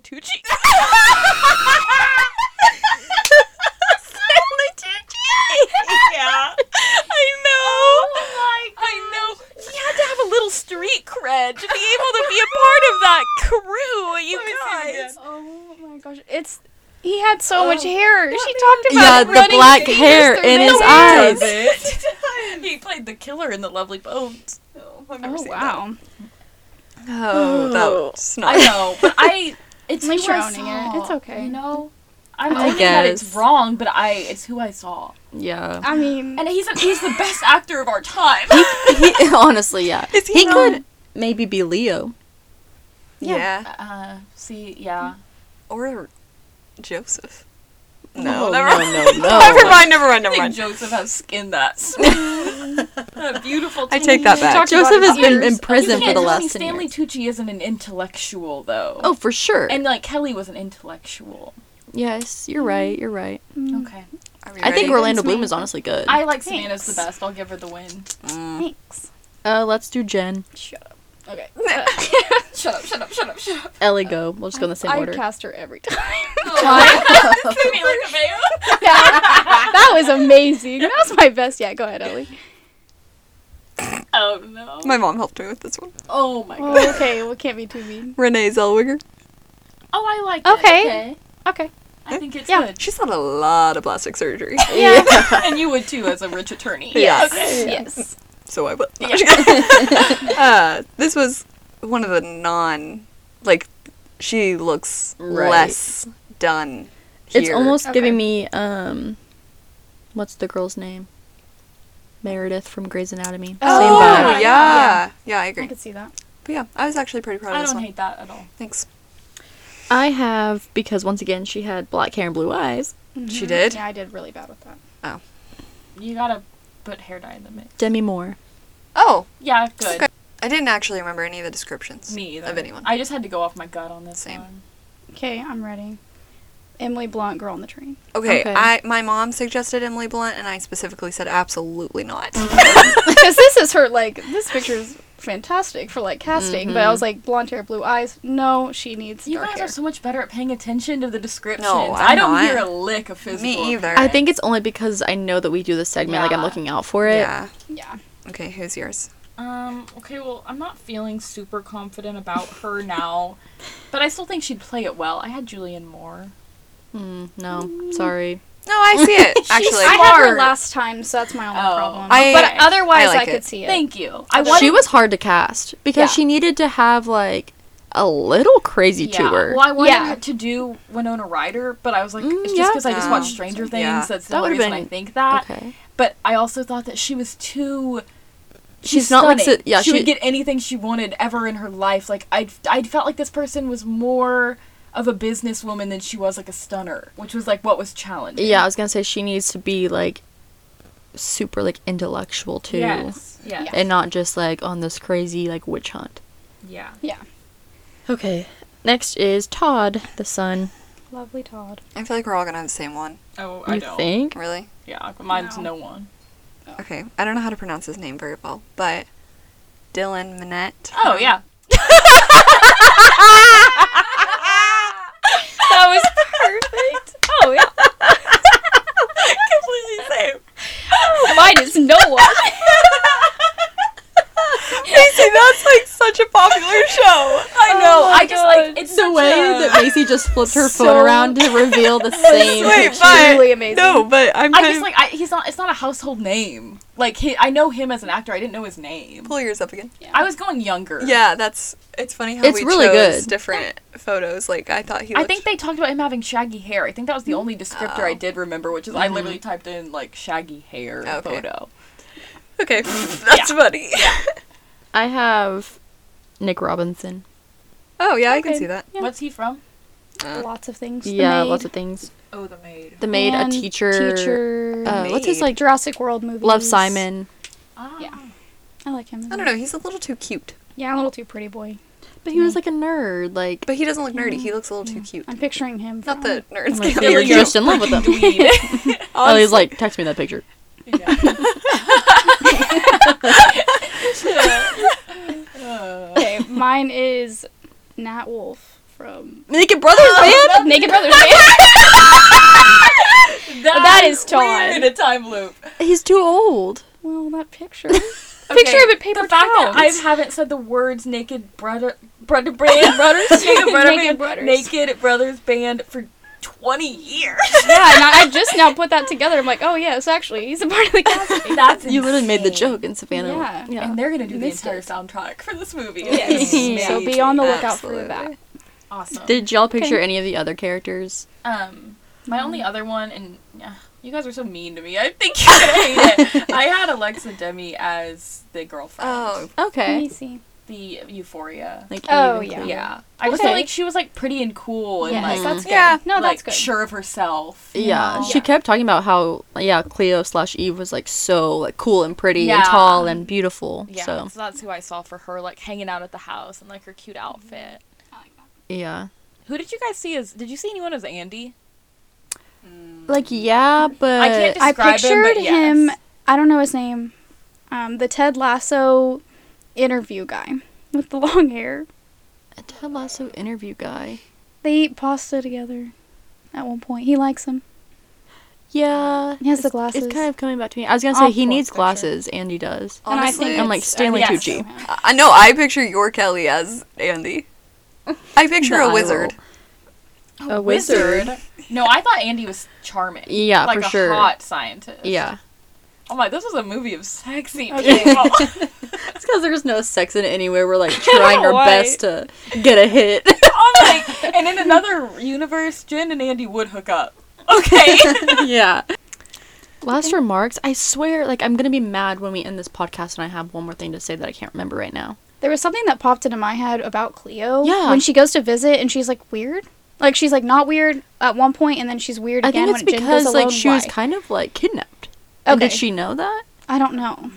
Speaker 3: Tucci. yeah. I know.
Speaker 4: Oh
Speaker 3: I know. He had to have a little street cred to be able to be a part of that crew, you guys.
Speaker 4: Oh my gosh. It's he had so much hair. She talked about
Speaker 5: Oh. Yeah,
Speaker 4: it
Speaker 5: the
Speaker 4: running
Speaker 5: black
Speaker 4: fingers
Speaker 5: hair
Speaker 4: through
Speaker 5: in
Speaker 4: the
Speaker 5: his
Speaker 4: hair.
Speaker 5: eyes.
Speaker 3: he played the killer in the Lovely Bones.
Speaker 2: I've never
Speaker 4: Oh
Speaker 2: seen
Speaker 4: wow.
Speaker 2: that. Oh, that's not.
Speaker 3: I know, but I. It's
Speaker 4: At least
Speaker 3: who I
Speaker 4: you're owning it.
Speaker 3: saw,
Speaker 4: It's okay.
Speaker 3: You know, I'm
Speaker 5: I
Speaker 3: owning that it's
Speaker 5: guess.
Speaker 3: wrong, but I. It's who I saw,
Speaker 5: Yeah.
Speaker 4: I mean,
Speaker 3: and he's he's the best actor of our time.
Speaker 5: He, honestly, yeah.
Speaker 2: Is he
Speaker 5: he
Speaker 2: not-
Speaker 5: could maybe be Leo.
Speaker 2: Yeah.
Speaker 3: Uh, see, yeah.
Speaker 2: Or Joseph. No,
Speaker 5: Oh,
Speaker 2: never
Speaker 5: no,
Speaker 2: mind.
Speaker 5: no, no.
Speaker 2: Never mind, never mind,
Speaker 3: I
Speaker 2: never
Speaker 3: think
Speaker 2: mind.
Speaker 3: Joseph has skinned that smooth, that beautiful.
Speaker 2: I take that
Speaker 3: teeth.
Speaker 2: back.
Speaker 5: Joseph has been in
Speaker 3: You
Speaker 5: prison
Speaker 3: can't
Speaker 5: for the
Speaker 3: tell me
Speaker 5: last 10
Speaker 3: Stanley
Speaker 5: years.
Speaker 3: Tucci isn't an intellectual though.
Speaker 5: Oh, for sure.
Speaker 3: and like Kelly was an intellectual.
Speaker 5: yes, you're right. You're right.
Speaker 3: Okay,
Speaker 2: Are we
Speaker 5: I think
Speaker 2: ready?
Speaker 5: Orlando Bloom is honestly good.
Speaker 3: I like Savannah's the
Speaker 4: Thanks.
Speaker 3: best. I'll give her the win.
Speaker 4: thanks.
Speaker 5: Uh, let's do Jen.
Speaker 4: Shut up. Okay.
Speaker 3: Shut up! Shut up! Shut up! Shut up!
Speaker 5: Ellie go. We'll just go in the same
Speaker 4: I
Speaker 5: order.
Speaker 4: cast her every time.
Speaker 3: Look at me like a mayo.
Speaker 4: that was amazing. That was my best yet. Go ahead, Ellie.
Speaker 3: Oh no!
Speaker 2: My mom helped me with this one.
Speaker 3: oh my god!
Speaker 4: Oh, okay, well, can't be too mean.
Speaker 2: Renee Zellweger.
Speaker 3: Oh, I like
Speaker 4: Okay.
Speaker 3: it. Okay.
Speaker 4: Okay.
Speaker 3: I think it's
Speaker 4: Yeah.
Speaker 3: good.
Speaker 2: She's had a lot of plastic surgery,
Speaker 4: Yeah.
Speaker 3: and you would too, as a rich attorney.
Speaker 2: Yes.
Speaker 3: Okay.
Speaker 4: yes.
Speaker 2: so I would. uh, this was one of the non, like, she looks
Speaker 5: Right.
Speaker 2: less done.
Speaker 5: It's
Speaker 2: here.
Speaker 5: almost
Speaker 4: Okay.
Speaker 5: giving me um, what's the girl's name? Meredith from Grey's Anatomy.
Speaker 4: Oh,
Speaker 5: Same vibe.
Speaker 2: Um, yeah, yeah, I agree.
Speaker 4: I could see that.
Speaker 2: But yeah, I was actually pretty proud of
Speaker 3: I
Speaker 2: this
Speaker 3: don't
Speaker 2: one.
Speaker 3: hate that at all.
Speaker 2: Thanks.
Speaker 5: I have because once again she had black hair and blue eyes.
Speaker 3: Mm-hmm.
Speaker 2: She did.
Speaker 4: Yeah, I did really bad with that.
Speaker 3: You gotta put hair dye in the mix.
Speaker 5: Demi Moore.
Speaker 2: Oh,
Speaker 3: Yeah, good.
Speaker 2: Okay. I didn't actually remember any of the descriptions
Speaker 3: Me either.
Speaker 2: of anyone.
Speaker 3: I just had to go off my gut on this
Speaker 2: Same.
Speaker 3: one.
Speaker 4: Okay, I'm ready. Emily Blunt, girl on the train.
Speaker 2: okay,
Speaker 5: Okay.
Speaker 2: I my mom suggested Emily Blunt, and I specifically said absolutely not.
Speaker 4: Because this is her, like, this picture is fantastic for like casting, but I
Speaker 2: Mm-hmm.
Speaker 4: was like blonde hair, blue eyes. No, she needs
Speaker 3: You
Speaker 4: dark
Speaker 3: guys
Speaker 4: hair.
Speaker 3: are so much better at paying attention to the descriptions.
Speaker 2: No,
Speaker 3: I
Speaker 2: I'm
Speaker 3: don't
Speaker 2: not.
Speaker 3: hear a lick of physical.
Speaker 2: Me either.
Speaker 5: I think it's only because I know that we do this segment. Like I'm
Speaker 3: Yeah.
Speaker 5: looking out for it.
Speaker 2: Yeah.
Speaker 4: yeah.
Speaker 2: Okay, who's yours?
Speaker 3: Um. Okay. Well, I'm not feeling super confident about her now, but I still think she'd play it well. I had Julian Moore.
Speaker 5: Mm, no, sorry.
Speaker 2: No, I see it actually.
Speaker 4: I had her
Speaker 3: Smart.
Speaker 4: last time, so that's my only
Speaker 3: Oh.
Speaker 4: problem.
Speaker 2: I-
Speaker 4: but otherwise,
Speaker 2: I
Speaker 4: I,
Speaker 2: like
Speaker 4: could
Speaker 2: it.
Speaker 4: see it.
Speaker 3: Thank you. I
Speaker 5: She was hard to cast because
Speaker 3: Yeah.
Speaker 5: she needed to have like a little crazy to
Speaker 3: Yeah.
Speaker 5: her.
Speaker 3: Well, I wanted
Speaker 4: Yeah.
Speaker 3: her to do Winona Ryder, but I was like,
Speaker 5: Mm,
Speaker 3: it's
Speaker 5: yeah.
Speaker 3: just because I just
Speaker 2: Yeah.
Speaker 3: watched Stranger Things.
Speaker 2: Yeah.
Speaker 3: That's the
Speaker 5: That
Speaker 3: only
Speaker 5: would've
Speaker 3: reason I
Speaker 5: been-
Speaker 3: think that.
Speaker 5: okay.
Speaker 3: But I also thought that she was too.
Speaker 5: She's not like
Speaker 3: stunning.
Speaker 5: si- yeah,
Speaker 3: She,
Speaker 5: she-
Speaker 3: would get anything she wanted ever in her life. Like I, I felt like this person was more of a businesswoman than she was like a stunner, which was like what was challenging.
Speaker 5: Yeah, I was gonna say she needs to be like super like intellectual too,
Speaker 3: Yes. Yes.
Speaker 5: and not just like on this crazy like witch hunt.
Speaker 3: Yeah.
Speaker 4: Yeah.
Speaker 5: Okay. Next is Todd, the son.
Speaker 4: Lovely Todd.
Speaker 2: I feel like we're all gonna have the same one.
Speaker 3: Oh,
Speaker 5: you think?
Speaker 2: Really?
Speaker 3: Yeah, mine's
Speaker 4: No.
Speaker 3: no one.
Speaker 2: Okay. I don't know how to pronounce his name very well, but Dylan Minette.
Speaker 3: Oh yeah.
Speaker 4: That was perfect. Oh yeah.
Speaker 3: Completely same.
Speaker 4: Mine is no one.
Speaker 2: Macy, that's like such a popular show.
Speaker 3: I
Speaker 5: Oh
Speaker 3: know.
Speaker 4: my
Speaker 3: I just like
Speaker 4: God.
Speaker 3: it's
Speaker 5: The way that Macy just flipped her phone
Speaker 4: So-
Speaker 5: around to reveal the same.
Speaker 2: Wait,
Speaker 5: picture.
Speaker 2: but
Speaker 4: Truly amazing.
Speaker 2: no, but I'm
Speaker 3: I
Speaker 2: kind
Speaker 3: just
Speaker 2: of
Speaker 3: like I, he's not. It's not a household name. Like he, I know him as an actor. I didn't know his name.
Speaker 2: pull yours up again.
Speaker 3: I was going younger.
Speaker 2: Yeah, that's it's funny how
Speaker 5: It's
Speaker 2: we
Speaker 5: really
Speaker 2: chose
Speaker 5: good.
Speaker 2: different photos. Like I thought he.
Speaker 3: I
Speaker 2: Looked,
Speaker 3: think they talked about him having shaggy hair. I think that was the only descriptor I
Speaker 2: Oh.
Speaker 3: did remember, which is I literally typed in like shaggy hair
Speaker 2: Okay.
Speaker 3: photo.
Speaker 2: okay, that's funny.
Speaker 5: I have Nick Robinson.
Speaker 2: Oh yeah, I can see that.
Speaker 4: Yeah.
Speaker 3: What's he from?
Speaker 4: Lots of things.
Speaker 5: yeah,
Speaker 4: The
Speaker 5: lots
Speaker 4: Maid.
Speaker 5: of things.
Speaker 3: Oh, the maid.
Speaker 5: The maid,
Speaker 4: And
Speaker 5: a teacher.
Speaker 4: Teacher.
Speaker 5: Uh, what's his
Speaker 2: Maid.
Speaker 5: like?
Speaker 4: Jurassic World movies.
Speaker 5: Love Simon.
Speaker 3: Ah.
Speaker 4: Yeah. I like him.
Speaker 2: I don't know. He's a little too cute,
Speaker 4: Yeah, a little too pretty boy.
Speaker 5: But he was like a nerd. Like
Speaker 2: but he doesn't look nerdy. He looks a little too cute.
Speaker 4: I'm picturing him.
Speaker 2: Not
Speaker 4: from-
Speaker 2: that nerds
Speaker 5: like,
Speaker 2: can't
Speaker 5: you're
Speaker 2: be
Speaker 3: you go.
Speaker 5: just in love with him.
Speaker 3: Weed.
Speaker 5: Oh, he's like, text me that picture.
Speaker 4: Okay, mine is Nat Wolf from
Speaker 5: Naked Brothers, man.
Speaker 4: Naked Brothers. Man. That is Todd.
Speaker 3: Weird. A time loop.
Speaker 5: He's too old.
Speaker 4: well, that picture.
Speaker 3: Okay,
Speaker 4: Picture of it paper
Speaker 3: The fact that
Speaker 4: towels.
Speaker 3: I haven't said the words naked brother, brother band brothers, naked brother
Speaker 4: Naked
Speaker 3: band,
Speaker 4: Brothers.
Speaker 3: naked brothers band for twenty years.
Speaker 4: yeah, and I, I just now put that together. I'm like, oh yeah, it's actually he's a part of the cast.
Speaker 3: That's
Speaker 5: You literally made the
Speaker 3: insane.
Speaker 5: joke in Savannah.
Speaker 4: Yeah.
Speaker 3: And they're gonna do the
Speaker 4: Missed
Speaker 3: entire
Speaker 4: it.
Speaker 3: soundtrack for this movie.
Speaker 4: Yes. so be on the lookout
Speaker 2: Absolutely.
Speaker 4: for that.
Speaker 3: awesome.
Speaker 5: Did y'all picture
Speaker 4: Okay.
Speaker 5: any of the other characters?
Speaker 3: Um, my only other one, and yeah, you guys are so mean to me. I think you're gonna hate it. I had Alexa Demi as the girlfriend.
Speaker 2: Oh,
Speaker 4: Let me
Speaker 5: Okay.
Speaker 4: see.
Speaker 3: The Euphoria.
Speaker 5: Like
Speaker 4: Oh,
Speaker 5: Eve and
Speaker 4: yeah.
Speaker 5: Cleo.
Speaker 3: Yeah, I just felt
Speaker 4: Okay.
Speaker 3: like she was like pretty and cool and
Speaker 4: Yes,
Speaker 3: like
Speaker 4: that's good.
Speaker 2: Yeah.
Speaker 4: No,
Speaker 3: like,
Speaker 4: that's good.
Speaker 3: Sure of herself. you
Speaker 5: Yeah,
Speaker 3: know?
Speaker 5: she
Speaker 3: Yeah.
Speaker 5: kept talking about how yeah Cleo slash Eve was like so like cool and pretty and
Speaker 3: Yeah.
Speaker 5: tall and beautiful.
Speaker 3: Yeah, so.
Speaker 5: So
Speaker 3: that's who I saw for her, like hanging out at the house and like her cute outfit.
Speaker 5: yeah,
Speaker 3: Who did you guys see as? Did you see anyone as Andy?
Speaker 5: like yeah, but
Speaker 3: I can't
Speaker 4: I
Speaker 3: Describe him, but
Speaker 4: pictured him.
Speaker 3: yes.
Speaker 4: I don't know his name. Um, the Ted Lasso interview guy with the long hair.
Speaker 5: a Ted Lasso interview guy.
Speaker 4: They eat pasta together. At one point, he likes him.
Speaker 5: Yeah,
Speaker 4: He has the
Speaker 5: it's-
Speaker 4: glasses.
Speaker 5: It's kind of coming back to me. I was gonna
Speaker 4: I'll
Speaker 5: say he
Speaker 4: pull up
Speaker 5: needs
Speaker 4: a picture.
Speaker 5: glasses, and he does.
Speaker 4: And I
Speaker 2: honestly,
Speaker 4: think
Speaker 5: I'm like
Speaker 4: it's- I
Speaker 5: Stanley
Speaker 4: think
Speaker 3: Oh, Yes.
Speaker 4: it's
Speaker 5: Tucci.
Speaker 4: him.
Speaker 2: I know. I picture your Kelly as Andy. I picture
Speaker 5: The eye
Speaker 2: a
Speaker 5: roll.
Speaker 2: wizard.
Speaker 5: A wizard.
Speaker 3: no, I thought Andy was charming.
Speaker 4: Uh,
Speaker 5: Yeah,
Speaker 3: like
Speaker 5: for
Speaker 3: a
Speaker 5: sure.
Speaker 3: hot scientist.
Speaker 5: Yeah,
Speaker 3: Oh my, this was a movie of sexy
Speaker 4: Okay.
Speaker 3: people.
Speaker 5: it's because there's no sex in it anywhere. We're like trying our
Speaker 4: Why?
Speaker 5: best to get a hit.
Speaker 3: I'm like, and in another universe, Jen and Andy would hook up. Okay.
Speaker 5: yeah. Last remarks. I swear, like I'm gonna be mad when we end this podcast, and I have one more thing to say that I can't remember right now.
Speaker 4: There was something that popped into my head about Cleo.
Speaker 5: Yeah.
Speaker 4: When she goes to visit and she's like weird. Like she's like not weird at one point and then she's weird
Speaker 5: I
Speaker 4: again
Speaker 5: think it's
Speaker 4: when Jen goes
Speaker 5: because
Speaker 4: alone.
Speaker 5: like she was
Speaker 4: Why?
Speaker 5: kind of like kidnapped. And
Speaker 4: okay.
Speaker 5: did she know that?
Speaker 4: I don't know.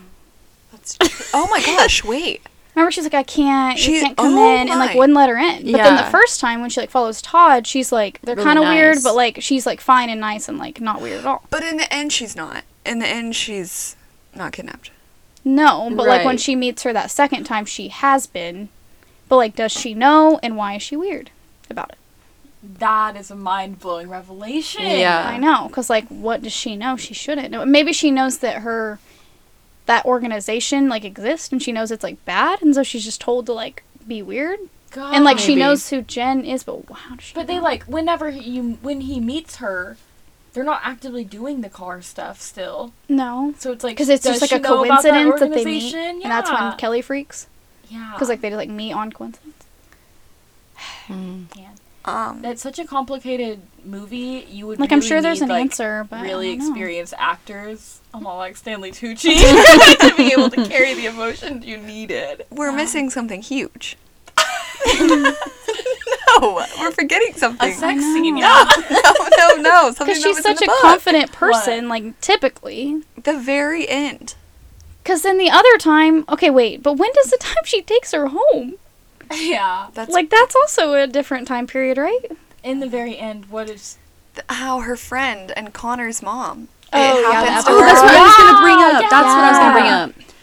Speaker 2: That's oh my gosh! Wait.
Speaker 4: Remember she's like I can't
Speaker 2: She-
Speaker 4: you can't come
Speaker 2: oh
Speaker 4: in and like
Speaker 2: my.
Speaker 4: wouldn't let her in. But then
Speaker 5: Yeah.
Speaker 4: the first time when she like follows Todd, she's like they're
Speaker 5: Really
Speaker 4: kind of weird
Speaker 5: nice.
Speaker 4: but like she's like fine and nice and like not weird at all.
Speaker 2: But in the end, she's not. In the end, she's not kidnapped.
Speaker 4: No, but like when
Speaker 5: Right.
Speaker 4: she meets her that second time, she has been. But like, does she know, and why is she weird about it?
Speaker 3: That is a mind blowing revelation.
Speaker 5: Yeah.
Speaker 4: I know, because like, what does she know? She shouldn't know. Maybe she knows that her that organization like exists, and she knows it's like bad, and so she's just told to like be weird,
Speaker 3: God.
Speaker 4: and like she
Speaker 5: Maybe.
Speaker 4: knows who Jen is, but wow, does she
Speaker 3: But they
Speaker 4: know?
Speaker 3: like whenever he- you when he meets her, they're not actively doing the car stuff still.
Speaker 4: no.
Speaker 3: So it's like
Speaker 4: Because it's
Speaker 3: does
Speaker 4: just like a
Speaker 3: she know about
Speaker 4: coincidence that they meet,
Speaker 3: organization?
Speaker 4: and that's
Speaker 3: Yeah.
Speaker 4: when Kelly freaks.
Speaker 3: Yeah.
Speaker 4: Because like they like meet on coincidence.
Speaker 2: Um,
Speaker 3: that's such a complicated movie. You would
Speaker 4: Like I'm
Speaker 3: really
Speaker 4: sure there's
Speaker 3: need,
Speaker 4: an
Speaker 3: like,
Speaker 4: answer, but I
Speaker 3: really
Speaker 4: don't know.
Speaker 3: experienced actors, almost like Stanley Tucci, to be able to carry the emotion you needed.
Speaker 2: we're missing something huge. no, we're forgetting
Speaker 3: A
Speaker 2: something.
Speaker 3: sex
Speaker 4: know.
Speaker 3: scene, yeah.
Speaker 2: no, no, no. Something
Speaker 4: Because
Speaker 2: that
Speaker 4: she's
Speaker 2: was
Speaker 4: such
Speaker 2: in
Speaker 4: a
Speaker 2: the book.
Speaker 4: confident person, like typically.
Speaker 2: the very end.
Speaker 4: Because then the other time, okay, wait, but when does the time she takes her home?
Speaker 3: yeah.
Speaker 2: That's
Speaker 4: like that's also a different time period, right?
Speaker 3: In the very end, what is?
Speaker 2: th- how Oh, her friend and Connor's mom.
Speaker 4: Oh, yeah,
Speaker 2: happens
Speaker 4: that's
Speaker 2: to
Speaker 5: Oh,
Speaker 2: her.
Speaker 5: that's what I was gonna bring
Speaker 3: Yeah,
Speaker 5: up. That's what I was gonna bring
Speaker 4: yeah.
Speaker 5: up.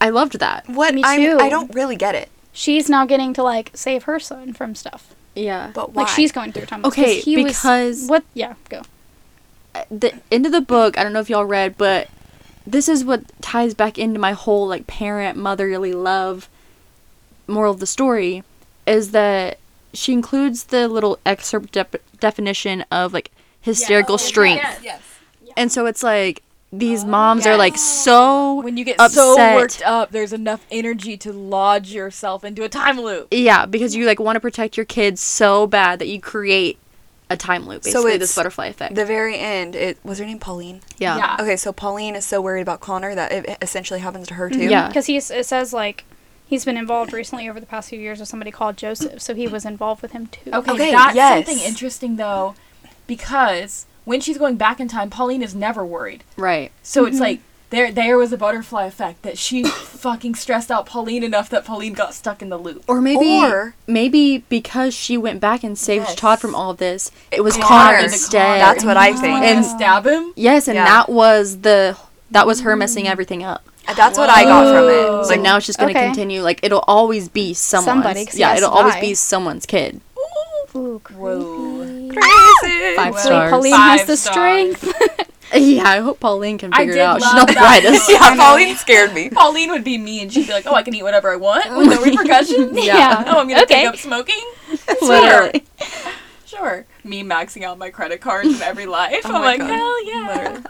Speaker 5: I loved that.
Speaker 2: What
Speaker 4: Me
Speaker 2: I
Speaker 4: too.
Speaker 2: I don't really get it.
Speaker 4: She's now getting to like save her son from stuff.
Speaker 5: Yeah.
Speaker 2: But why?
Speaker 4: Like she's going through time.
Speaker 5: Okay,
Speaker 4: was-
Speaker 5: because-
Speaker 4: what? Yeah, go.
Speaker 5: the end of the book, I don't know if y'all read, but this is what ties back into my whole like parent motherly love moral of the story is that she includes the little excerpt dep definition of like hysterical strength.
Speaker 2: yes.
Speaker 5: And so it's like these moms are like
Speaker 3: Oh, yes.
Speaker 5: so
Speaker 3: When you get so
Speaker 5: upset.
Speaker 3: worked up, there's enough energy to lodge yourself into a time loop.
Speaker 5: Yeah, because you like want to protect your kids so bad that you create a time loop,
Speaker 2: So
Speaker 5: basically this
Speaker 2: it's
Speaker 5: butterfly effect.
Speaker 2: The very end. It was her name Pauline.
Speaker 5: yeah.
Speaker 3: Yeah.
Speaker 2: Okay, so Pauline is so worried about Connor that it essentially happens to her too.
Speaker 5: Yeah.
Speaker 4: Because he's it says like he's been involved recently over the past few years with somebody called Joseph, so he was involved with him too.
Speaker 3: Okay,
Speaker 2: Okay,
Speaker 3: that's
Speaker 2: yes.
Speaker 3: something interesting though, because when she's going back in time, Pauline is never worried.
Speaker 5: Right.
Speaker 3: So
Speaker 4: Mm-hmm.
Speaker 3: it's like there there was a butterfly effect that she fucking stressed out Pauline enough that Pauline got stuck in the loop.
Speaker 5: Or maybe
Speaker 2: Or-
Speaker 5: maybe because she went back and saved
Speaker 3: Yes.
Speaker 5: Todd from all of this, it was
Speaker 2: Connor.
Speaker 5: Connor
Speaker 2: Connor.
Speaker 5: instead.
Speaker 2: That's what I
Speaker 3: And,
Speaker 2: think.
Speaker 5: And-
Speaker 3: stab him.
Speaker 5: yes, and
Speaker 2: Yeah.
Speaker 5: that was the that was her messing everything up.
Speaker 2: That's what I got from
Speaker 3: Whoa.
Speaker 2: it.
Speaker 5: So
Speaker 2: Like
Speaker 5: now it's just gonna
Speaker 4: Okay.
Speaker 5: continue. Like it'll always be someone's.
Speaker 4: Somebody, 'cause he
Speaker 5: yeah,
Speaker 4: has
Speaker 5: it'll
Speaker 4: to
Speaker 5: always
Speaker 4: die.
Speaker 5: be someone's kid.
Speaker 4: Ooh,
Speaker 3: Whoa.
Speaker 2: crazy.
Speaker 5: Five
Speaker 3: Well,
Speaker 5: stars.
Speaker 4: Pauline
Speaker 3: Five
Speaker 4: has the
Speaker 3: stars.
Speaker 4: strength.
Speaker 5: yeah, I hope Pauline can
Speaker 3: I
Speaker 5: figure it
Speaker 3: did
Speaker 5: out. She's
Speaker 3: love
Speaker 5: not the
Speaker 3: that.
Speaker 5: brightest.
Speaker 2: Yeah, Pauline scared me.
Speaker 3: Pauline would be mean. She'd be like, "Oh, I can eat whatever I want with no repercussion.
Speaker 5: Yeah.
Speaker 3: Oh, I'm gonna
Speaker 4: Okay.
Speaker 3: take up smoking.
Speaker 5: Literally.
Speaker 3: Sure. Me maxing out my credit cards in every life.
Speaker 2: Oh
Speaker 3: I'm
Speaker 2: my
Speaker 3: like,
Speaker 2: God.
Speaker 3: hell yeah.
Speaker 2: Literally.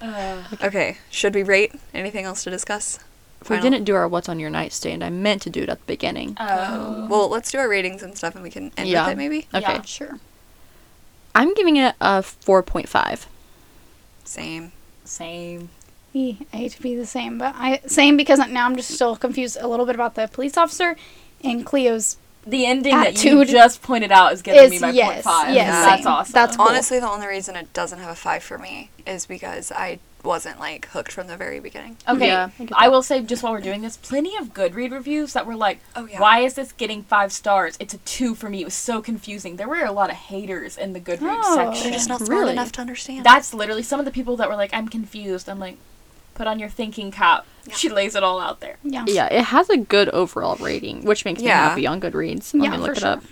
Speaker 3: Uh,
Speaker 2: Okay, should we rate? Anything else to discuss?
Speaker 5: We
Speaker 2: Final-
Speaker 5: didn't do our what's on your nightstand. I meant to do it at the beginning.
Speaker 3: oh.
Speaker 2: Well, let's do our ratings and stuff, and we can end
Speaker 5: Yeah.
Speaker 2: with it maybe.
Speaker 5: Okay.
Speaker 3: yeah.
Speaker 4: sure.
Speaker 5: I'm giving it a 4.5.
Speaker 2: Same.
Speaker 3: Same.
Speaker 4: I hate to be the same, but I same because now I'm just still confused a little bit about the police officer and Cleo's.
Speaker 3: The ending that you
Speaker 4: Attitude
Speaker 3: just pointed out is giving me
Speaker 4: is-
Speaker 3: my
Speaker 4: yes,
Speaker 3: point five.
Speaker 4: yes,
Speaker 3: that's
Speaker 4: same.
Speaker 3: awesome.
Speaker 4: That's cool.
Speaker 2: Honestly, the only reason it doesn't have a five for me is because I wasn't like hooked from the very beginning.
Speaker 3: Okay,
Speaker 5: Yeah, I
Speaker 3: I, will say just while we're doing this, plenty of Goodread reviews that were like,
Speaker 2: Oh, yeah.
Speaker 3: "Why is this getting five stars? It's a two for me. It was so confusing." There were a lot of haters in the Goodread
Speaker 4: Oh.
Speaker 2: They're just
Speaker 3: section.
Speaker 2: not smart
Speaker 5: Really?
Speaker 2: enough to understand.
Speaker 3: That's literally some of the people that were like, "I'm confused." I'm like, "Put on your thinking cap." She lays it all out there.
Speaker 4: Yeah.
Speaker 5: Yeah, it has a good overall rating, which makes
Speaker 2: Yeah.
Speaker 5: me happy on Goodreads. Let
Speaker 4: Yeah,
Speaker 5: me look
Speaker 4: for
Speaker 5: it up.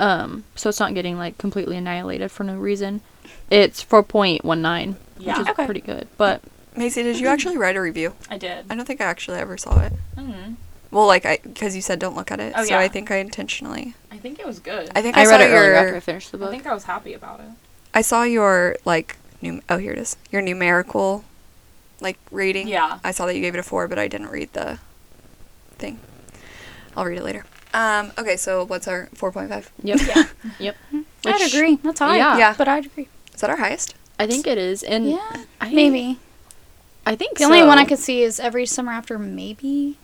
Speaker 5: Um, so it's not getting like completely annihilated for no reason. It's 4.19,
Speaker 3: Yeah.
Speaker 5: which is
Speaker 4: Okay.
Speaker 5: pretty good. But
Speaker 2: Macy, did you actually write a review?
Speaker 3: I did.
Speaker 2: I don't think I actually ever saw it.
Speaker 3: Mm.
Speaker 2: Well, like I, because you said don't look at it,
Speaker 3: Oh,
Speaker 2: so
Speaker 3: yeah.
Speaker 2: I think I intentionally.
Speaker 3: I think it was good.
Speaker 2: I think I,
Speaker 5: I, read
Speaker 2: saw
Speaker 5: it earlier
Speaker 2: your.
Speaker 5: after I finished the
Speaker 3: I
Speaker 5: book.
Speaker 3: think I was happy about it.
Speaker 2: I saw your like. Num- oh, here it is. Your numerical, like rating.
Speaker 3: Yeah.
Speaker 2: I saw that you gave it a four, but I didn't read the thing. I'll read it later. Um. Okay. So what's our four point five?
Speaker 5: Yep.
Speaker 4: Yeah.
Speaker 5: yep.
Speaker 4: I'd
Speaker 5: Which-
Speaker 4: agree. That's high.
Speaker 5: Yeah. Mm.
Speaker 2: Yeah.
Speaker 4: But I'd agree.
Speaker 2: Is that our highest?
Speaker 5: I think it is. And
Speaker 4: Yeah.
Speaker 5: I,
Speaker 4: Maybe.
Speaker 5: I think
Speaker 4: The only one I
Speaker 5: so.
Speaker 4: could see is every summer after, maybe,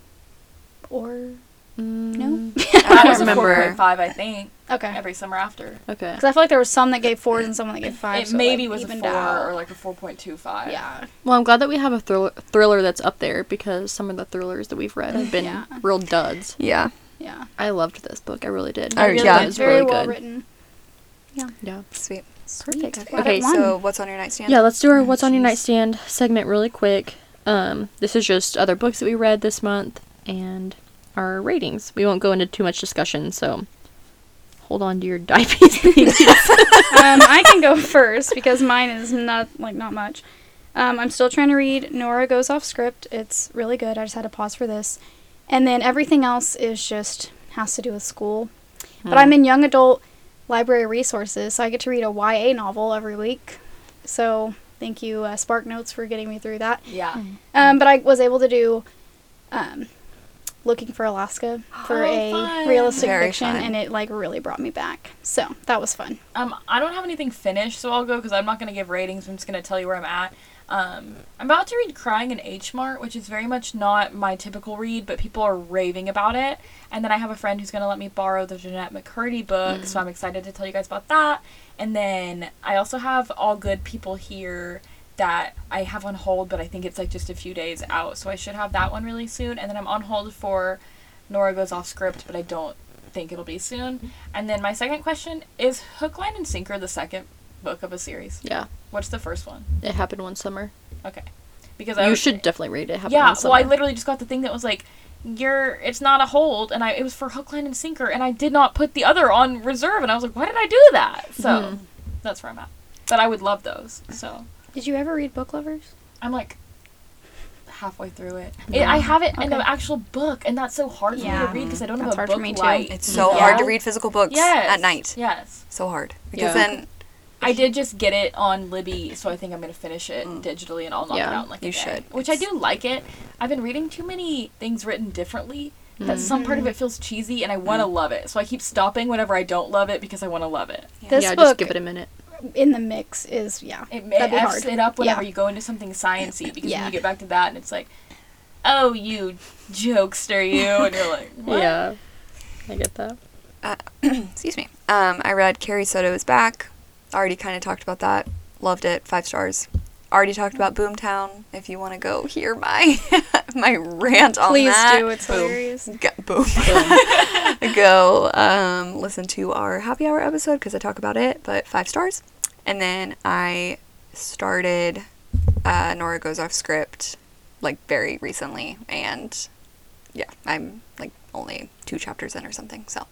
Speaker 4: or
Speaker 5: Mm,
Speaker 3: Mm-hmm.
Speaker 4: no.
Speaker 3: That was a
Speaker 5: remember.
Speaker 3: four point five, I think.
Speaker 4: Okay.
Speaker 3: Every summer after,
Speaker 5: Okay.
Speaker 4: Because I feel like there was some that gave fours and someone that gave five.
Speaker 3: it
Speaker 4: so
Speaker 3: maybe
Speaker 4: like,
Speaker 3: was a
Speaker 4: evened
Speaker 3: four
Speaker 4: out.
Speaker 3: or like a four point two five.
Speaker 4: yeah.
Speaker 5: Well, I'm glad that we have a thriller, thriller that's up there because some of the thrillers that we've read have been
Speaker 4: Yeah.
Speaker 5: real duds.
Speaker 2: Yeah.
Speaker 4: Yeah.
Speaker 5: I loved this book. I really did.
Speaker 2: I
Speaker 5: I
Speaker 2: really
Speaker 5: really
Speaker 2: Yeah.
Speaker 5: thought
Speaker 2: did.
Speaker 5: it was
Speaker 4: Oh, Very
Speaker 5: really
Speaker 4: well
Speaker 5: good.
Speaker 4: written.
Speaker 5: Yeah.
Speaker 2: Sweet.
Speaker 4: Perfect.
Speaker 5: Okay,
Speaker 2: Okay. So what's on your nightstand?
Speaker 5: Yeah, let's do our what's on your nightstand segment really quick. Um, this is just other books that we read this month and our ratings. We won't go into too much discussion, so hold on to your diabetes.
Speaker 4: um, I can go first because mine is not like not much. Um, I'm still trying to read Nora Goes Off Script. It's really good. I just had to pause for this, and then everything else is just has to do with school. But
Speaker 2: Hmm.
Speaker 4: I'm in young adult library resources, so I get to read a YA novel every week. So thank you, uh, Spark Notes, for getting me through that.
Speaker 2: Yeah.
Speaker 4: Um, but I was able to do um, Looking for Alaska for a realistic
Speaker 2: Very
Speaker 4: fiction,
Speaker 2: fun.
Speaker 4: and it like really brought me back. So that was fun.
Speaker 3: Um, I don't have anything finished, so I'll go because I'm not going to give ratings. I'm just going to tell you where I'm at. Um, I'm about to read Crying in H Mart, which is very much not my typical read, but people are raving about it. And then I have a friend who's going to let me borrow the Jeanette McCurdy book, so I'm excited to tell you guys about that. And then I also have All Good People Here that I have on hold, but I think it's like just a few days out, so I should have that one really soon. And then I'm on hold for Nora Goes Off Script, but I don't think it'll be soon. And then my second question is Hook, Line, and Sinker the second book of a series?
Speaker 5: yeah,
Speaker 3: What's the first one?
Speaker 5: it happened one summer.
Speaker 3: Okay. Because I
Speaker 5: You
Speaker 3: was-
Speaker 5: should definitely read it. it happened
Speaker 3: Yeah,
Speaker 5: one summer.
Speaker 3: well, I literally just got the thing that was like, you're, it's not a hold, and I, it was for Hook, Line, and Sinker, and I did not put the other on reserve, and I was like, why did I do that? So,
Speaker 4: Mm-hmm.
Speaker 3: that's where I'm at. But I would love those, so.
Speaker 4: Did you ever read Book Lovers?
Speaker 3: I'm like halfway through it. It- I have it in the
Speaker 4: Okay.
Speaker 3: actual book, and that's so hard for me
Speaker 4: Yeah.
Speaker 3: to read because I don't
Speaker 4: That's
Speaker 3: have a
Speaker 4: hard
Speaker 3: book
Speaker 4: for me, too.
Speaker 3: light.
Speaker 2: It's so
Speaker 3: Yeah.
Speaker 2: hard to read physical books
Speaker 3: Yes.
Speaker 2: at night.
Speaker 3: Yes.
Speaker 2: So hard. Because
Speaker 5: Yeah.
Speaker 2: then
Speaker 3: I did just get it on Libby, so I think I'm gonna finish it digitally and I'll knock it
Speaker 5: Yeah,
Speaker 3: out in like a
Speaker 2: you
Speaker 3: day.
Speaker 2: should.
Speaker 3: Which I do like it. I've been reading too many things written differently that some part of it feels cheesy and I want to love it. So I keep stopping whenever I don't love it because I want to love it.
Speaker 4: This
Speaker 5: yeah,
Speaker 4: book
Speaker 5: just give it a minute.
Speaker 4: in the mix is yeah.
Speaker 3: It, it
Speaker 4: that'd be hard.
Speaker 3: f's it up whenever
Speaker 4: Yeah.
Speaker 3: you go into something sciency because when
Speaker 4: Yeah.
Speaker 3: you get back to that and it's like, oh, you jokester, you, and you're like, what?
Speaker 5: Yeah, I get that.
Speaker 2: excuse me. Um, I read Carrie Soto is back. Already kind of talked about that. Loved it. Five stars. Already talked about Boomtown. If you want to go hear my my rant on
Speaker 4: Please
Speaker 2: that,
Speaker 4: do. It's hilarious.
Speaker 2: Go, boom. go um, listen to our happy hour episode because I talk about it, but five stars. And then I started uh, Nora Goes Off Script like very recently. And yeah, I'm like only two chapters in or something. So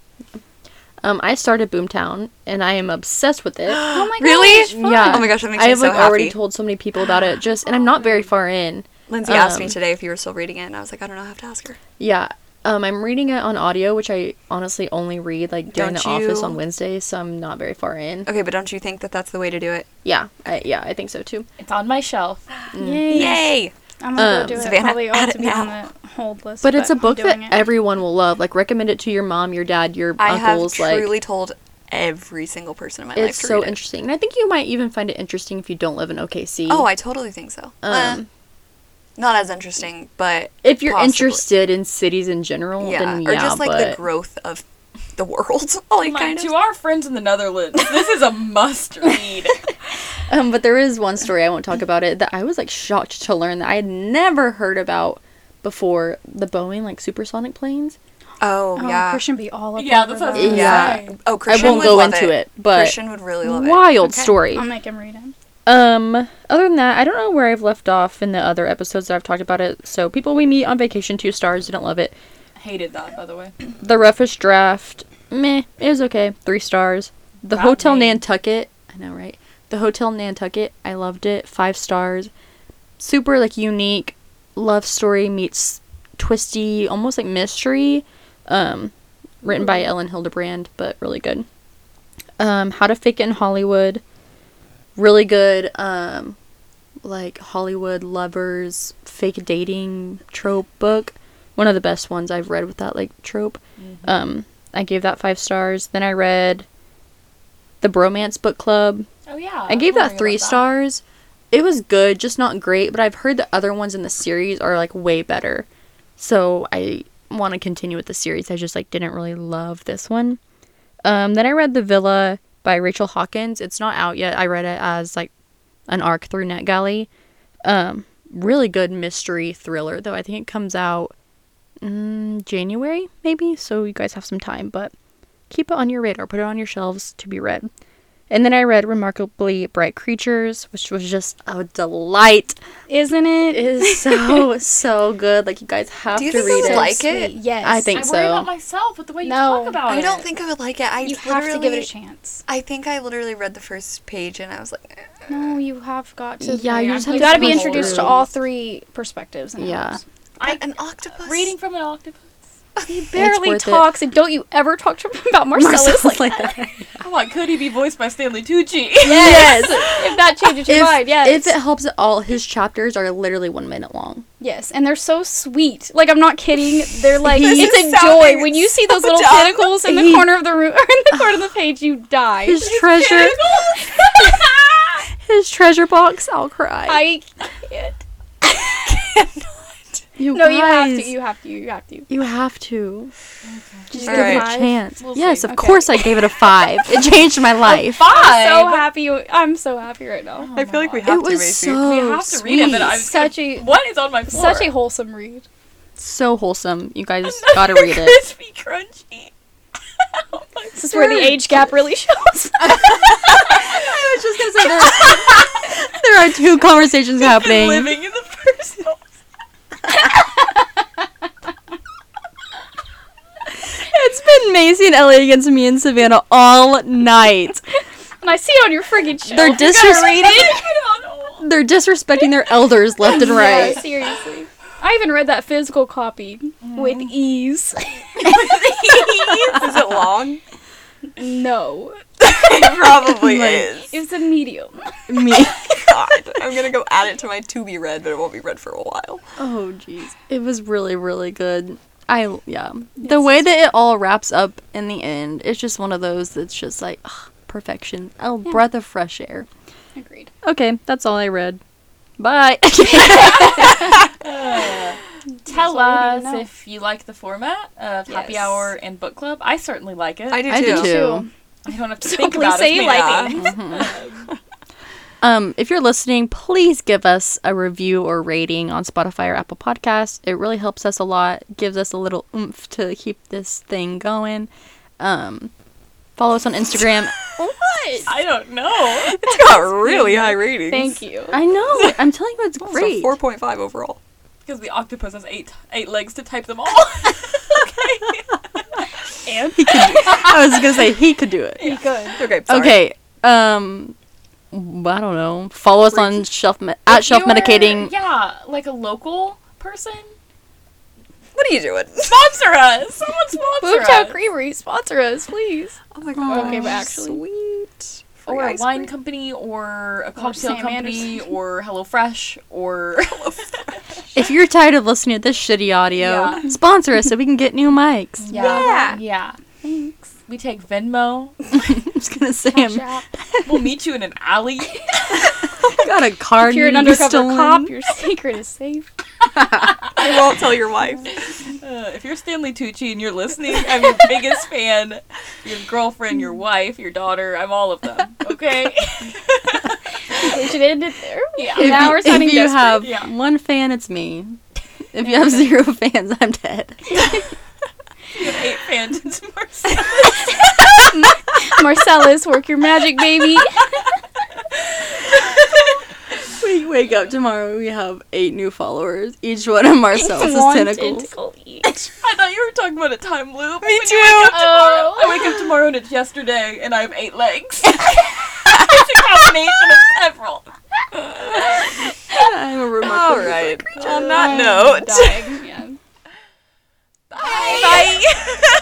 Speaker 5: Um, I started Boomtown, and I am obsessed with it.
Speaker 4: Oh my gosh,
Speaker 2: really?
Speaker 4: fun.
Speaker 5: yeah.
Speaker 2: Oh my gosh, that makes
Speaker 5: I
Speaker 2: me
Speaker 5: have
Speaker 2: so
Speaker 5: like already
Speaker 2: happy.
Speaker 5: told so many people about it. Just, and I'm not very far in.
Speaker 2: Lindsay asked me
Speaker 5: Um,
Speaker 2: today if you were still reading it, and I was like, I don't know, I have to ask her.
Speaker 5: Yeah. Um, I'm reading it on audio, which I honestly only read like during
Speaker 2: Don't
Speaker 5: the office
Speaker 2: you-
Speaker 5: on Wednesdays, so I'm not very far in.
Speaker 2: Okay, but don't you think that that's the way to do it?
Speaker 5: Yeah, I, yeah, I think so too.
Speaker 3: It's on my shelf.
Speaker 4: Yay.
Speaker 2: Yay!
Speaker 4: Mm. I'm gonna
Speaker 5: Um,
Speaker 4: go do it.
Speaker 2: Savannah,
Speaker 4: Probably
Speaker 2: add
Speaker 4: ought to
Speaker 2: it
Speaker 4: be on
Speaker 2: now.
Speaker 4: the hold list.
Speaker 5: But it's a
Speaker 4: I'm
Speaker 5: book that
Speaker 4: doing it.
Speaker 5: everyone will love. Like, recommend it to your mom, your dad, your
Speaker 2: I have
Speaker 5: uncles.
Speaker 2: truly
Speaker 5: like,
Speaker 2: told every single person in my life
Speaker 5: it's
Speaker 2: to
Speaker 5: so
Speaker 2: read it.
Speaker 5: interesting, and I think you might even find it interesting if you don't live in OKC.
Speaker 2: Oh, I totally think so. Uh,
Speaker 5: Um,
Speaker 2: not as interesting, but
Speaker 5: if you're
Speaker 2: possibly.
Speaker 5: interested in cities in general,
Speaker 2: yeah,
Speaker 5: then yeah,
Speaker 2: or just like
Speaker 5: but
Speaker 2: the growth of the world, like
Speaker 3: Like,
Speaker 2: kind
Speaker 3: to
Speaker 2: of.
Speaker 3: our friends in the Netherlands, this is a must read.
Speaker 5: um, but there is one story I won't talk about it that I was like shocked to learn that I had never heard about before the Boeing like supersonic planes.
Speaker 2: Oh,
Speaker 4: Oh,
Speaker 2: yeah,
Speaker 4: Christian be all up.
Speaker 3: Yeah,
Speaker 4: over
Speaker 3: that's what I was
Speaker 4: that.
Speaker 3: gonna
Speaker 5: Yeah.
Speaker 3: say.
Speaker 2: Oh, Christian
Speaker 5: won't
Speaker 2: would
Speaker 5: go
Speaker 2: love
Speaker 5: into it, but-
Speaker 2: Christian would really love it.
Speaker 5: Wild story.
Speaker 4: I'll make him read it.
Speaker 5: Um, other than that, I don't know where I've left off in the other episodes that I've talked about it. So, people we meet on vacation, two stars, didn't love it.
Speaker 3: Hated that, by the way.
Speaker 5: The roughest draft, meh, it was okay, three stars. The
Speaker 3: That
Speaker 5: Hotel
Speaker 3: name.
Speaker 5: Nantucket, I know, right? The Hotel Nantucket, I loved it, five stars. Super like unique love story meets twisty, almost like mystery. Um, written by Ellen Hildebrand, but really good. Um, How to Fake It in Hollywood, really good. Um, like Hollywood lovers fake dating trope book. One of the best ones I've read with that like trope. Um, I gave that five stars. Then I read the Bromance Book Club.
Speaker 3: Oh yeah.
Speaker 5: I gave
Speaker 3: I'm
Speaker 5: that
Speaker 3: wondering
Speaker 5: three
Speaker 3: about
Speaker 5: stars. It was good, just not great. But I've heard the other ones in the series are like way better. So I want to continue with the series. I just like didn't really love this one. Um, then I read The Villa by Rachel Hawkins. It's not out yet. I read it as like an arc through NetGalley. Um, really good mystery thriller though. I think it comes out mm, January maybe. So you guys have some time, but keep it on your radar. Put it on your shelves to be read. And then I read Remarkably Bright Creatures, which was just a delight.
Speaker 4: Isn't it?
Speaker 5: It is so, so good. Like, you guys have
Speaker 2: Do you
Speaker 5: to
Speaker 2: think I
Speaker 5: read
Speaker 2: would
Speaker 5: it.
Speaker 2: like it?
Speaker 4: Yes.
Speaker 5: I think
Speaker 3: I
Speaker 5: so.
Speaker 3: worry about myself with the way you
Speaker 4: No,
Speaker 3: talk about it.
Speaker 2: I don't think I would like it. I
Speaker 4: you
Speaker 2: literally,
Speaker 4: have to give it a chance.
Speaker 2: I think I literally read the first page and I was like, eh.
Speaker 4: No, you have got to.
Speaker 5: yeah, you just
Speaker 3: I'm
Speaker 5: have
Speaker 4: You
Speaker 3: It's
Speaker 4: got to
Speaker 3: the
Speaker 4: be
Speaker 5: push
Speaker 3: whole
Speaker 4: introduced to
Speaker 5: through.
Speaker 4: all three perspectives. And
Speaker 5: Yeah.
Speaker 4: angles.
Speaker 3: I-
Speaker 2: "But an octopus.
Speaker 3: reading from an octopus.
Speaker 4: He barely
Speaker 5: worth it.
Speaker 4: talks, and don't you ever talk to him about Marcellus, like that.
Speaker 3: Come on, could he be voiced by Stanley Tucci?
Speaker 4: Yes. if that changes your
Speaker 5: If,
Speaker 4: mind, yes.
Speaker 5: if it helps at all, his chapters are literally one minute long.
Speaker 4: yes, and they're so sweet. Like I'm not kidding. They're like
Speaker 2: This
Speaker 4: it's
Speaker 2: is
Speaker 4: a joy
Speaker 2: sounding
Speaker 4: when you see those
Speaker 2: so
Speaker 4: little
Speaker 2: dumb.
Speaker 4: pinnacles in the
Speaker 5: He-
Speaker 4: corner of the room or in the corner of the page. You die.
Speaker 5: His treasure, his treasure box. I'll cry.
Speaker 4: I can't.
Speaker 5: you
Speaker 4: No, you have to.
Speaker 5: guys,
Speaker 4: You have to. You have to.
Speaker 5: you have to.
Speaker 4: Just
Speaker 2: All
Speaker 4: give
Speaker 2: right.
Speaker 4: it a
Speaker 2: Five?
Speaker 5: Chance.
Speaker 3: We'll
Speaker 5: yes,
Speaker 3: see.
Speaker 5: of
Speaker 4: Okay.
Speaker 5: course I gave it a five. it changed my life.
Speaker 4: I'm so
Speaker 3: Five.
Speaker 4: happy. you- I'm so happy right
Speaker 5: Oh
Speaker 4: now.
Speaker 2: I feel like we have
Speaker 5: It
Speaker 2: to.
Speaker 5: was
Speaker 2: Macy.
Speaker 5: so
Speaker 3: we have to read it, but I'm
Speaker 4: Such a-
Speaker 3: what is on my floor?
Speaker 4: Such a wholesome read.
Speaker 5: so wholesome. You guys gotta read it.
Speaker 3: Crispy, crunchy. Oh my
Speaker 4: This is where the age gap really shows.
Speaker 5: I was just gonna say that there are two conversations
Speaker 3: been
Speaker 5: happening.
Speaker 3: living in the personal.
Speaker 5: It's been Macy and Ellie against me and Savannah all night.
Speaker 4: and I see it on your friggin' show.
Speaker 5: They're disres-
Speaker 3: I don't know.
Speaker 5: They're disrespecting their elders left and right.
Speaker 4: seriously. I even read that physical copy with
Speaker 5: Mm-hmm.
Speaker 4: ease.
Speaker 2: Is it long?
Speaker 4: no.
Speaker 2: It probably is.
Speaker 4: It's a medium.
Speaker 5: Me.
Speaker 2: God, I'm gonna go add it to my to be read, but it won't be read for a while.
Speaker 5: Oh jeez. It was really really good. I yeah. The way that it all wraps up in the end, it's just one of those that's just like ugh, perfection. A breath of fresh air.
Speaker 4: Agreed.
Speaker 5: Okay, that's all I read. Bye.
Speaker 4: all
Speaker 3: Tell
Speaker 4: we
Speaker 3: us
Speaker 4: need to know.
Speaker 3: if you like the format of happy
Speaker 2: Yes.
Speaker 3: hour and book club. I certainly like it.
Speaker 2: I
Speaker 3: I,
Speaker 2: do
Speaker 5: I
Speaker 2: too.
Speaker 5: do too.
Speaker 3: don't have to
Speaker 4: So
Speaker 3: think
Speaker 4: please
Speaker 3: about
Speaker 4: say
Speaker 3: it.
Speaker 4: you
Speaker 3: Maybe.
Speaker 4: like it.
Speaker 5: Um, if you're listening, please give us a review or rating on Spotify or Apple Podcasts. It really helps us a lot, gives us a little oomph to keep this thing going. Um, follow us on Instagram.
Speaker 3: I don't know.
Speaker 2: It's got really high ratings.
Speaker 4: Thank you.
Speaker 5: I know. I'm telling you, it's
Speaker 2: So
Speaker 5: great.
Speaker 2: 4.5 overall.
Speaker 3: Because the octopus has eight eight legs to type them all. okay. and
Speaker 5: I was gonna say he could do it.
Speaker 4: Be good.
Speaker 2: Okay. Sorry.
Speaker 5: Okay. Um, I don't know. Follow us on shelf me- at
Speaker 3: If
Speaker 5: shelf
Speaker 3: you're-
Speaker 5: medicating.
Speaker 3: Yeah, like a local person.
Speaker 2: What are you doing?
Speaker 3: Sponsor us. Someone sponsor
Speaker 4: Boob
Speaker 3: us.
Speaker 4: Town Creamery, sponsor us, please.
Speaker 2: Oh my god.
Speaker 4: Okay, but actually-
Speaker 2: sweet. Free
Speaker 3: or a
Speaker 2: ice
Speaker 3: wine
Speaker 2: cream.
Speaker 3: company, or a cocktail
Speaker 4: Sam
Speaker 3: company,
Speaker 4: Anderson.
Speaker 3: or HelloFresh, or
Speaker 5: If you're tired of listening to this shitty audio,
Speaker 3: Yeah.
Speaker 5: sponsor us so we can get new mics.
Speaker 3: yeah, yeah. Thanks. We take Venmo.
Speaker 5: I'm just gonna say I'm
Speaker 3: We'll meet you in an alley.
Speaker 5: got a card.
Speaker 4: If you're an
Speaker 5: you
Speaker 4: undercover
Speaker 5: stolen.
Speaker 4: cop, your secret is safe.
Speaker 2: I won't tell your wife.
Speaker 3: Uh, if you're Stanley Tucci and you're listening, I'm your biggest fan. Your girlfriend, your wife, your daughter. I'm all of them. Okay.
Speaker 4: We should end it there.
Speaker 3: Yeah.
Speaker 5: If
Speaker 4: Now
Speaker 5: you,
Speaker 4: we're
Speaker 5: if
Speaker 4: sounding
Speaker 5: you
Speaker 4: desperate.
Speaker 5: have
Speaker 3: Yeah.
Speaker 5: one fan, it's me. If you have zero fans, I'm dead.
Speaker 3: You hate fans. It's Marcel.
Speaker 4: Marcellus, work your magic, baby.
Speaker 5: We wake up tomorrow. We have eight new followers. Each one of Marcel's
Speaker 4: One
Speaker 5: tentacles.
Speaker 4: tentacle each.
Speaker 3: I thought you were talking about a time loop.
Speaker 2: Me
Speaker 3: When you
Speaker 2: too. Oh.
Speaker 3: wake up tomorrow- I wake up tomorrow and it's yesterday, and I have eight legs. it's a combination of several.
Speaker 5: I'm a remarkable.
Speaker 2: All right. On that note.
Speaker 4: Dying, yeah.
Speaker 3: Bye.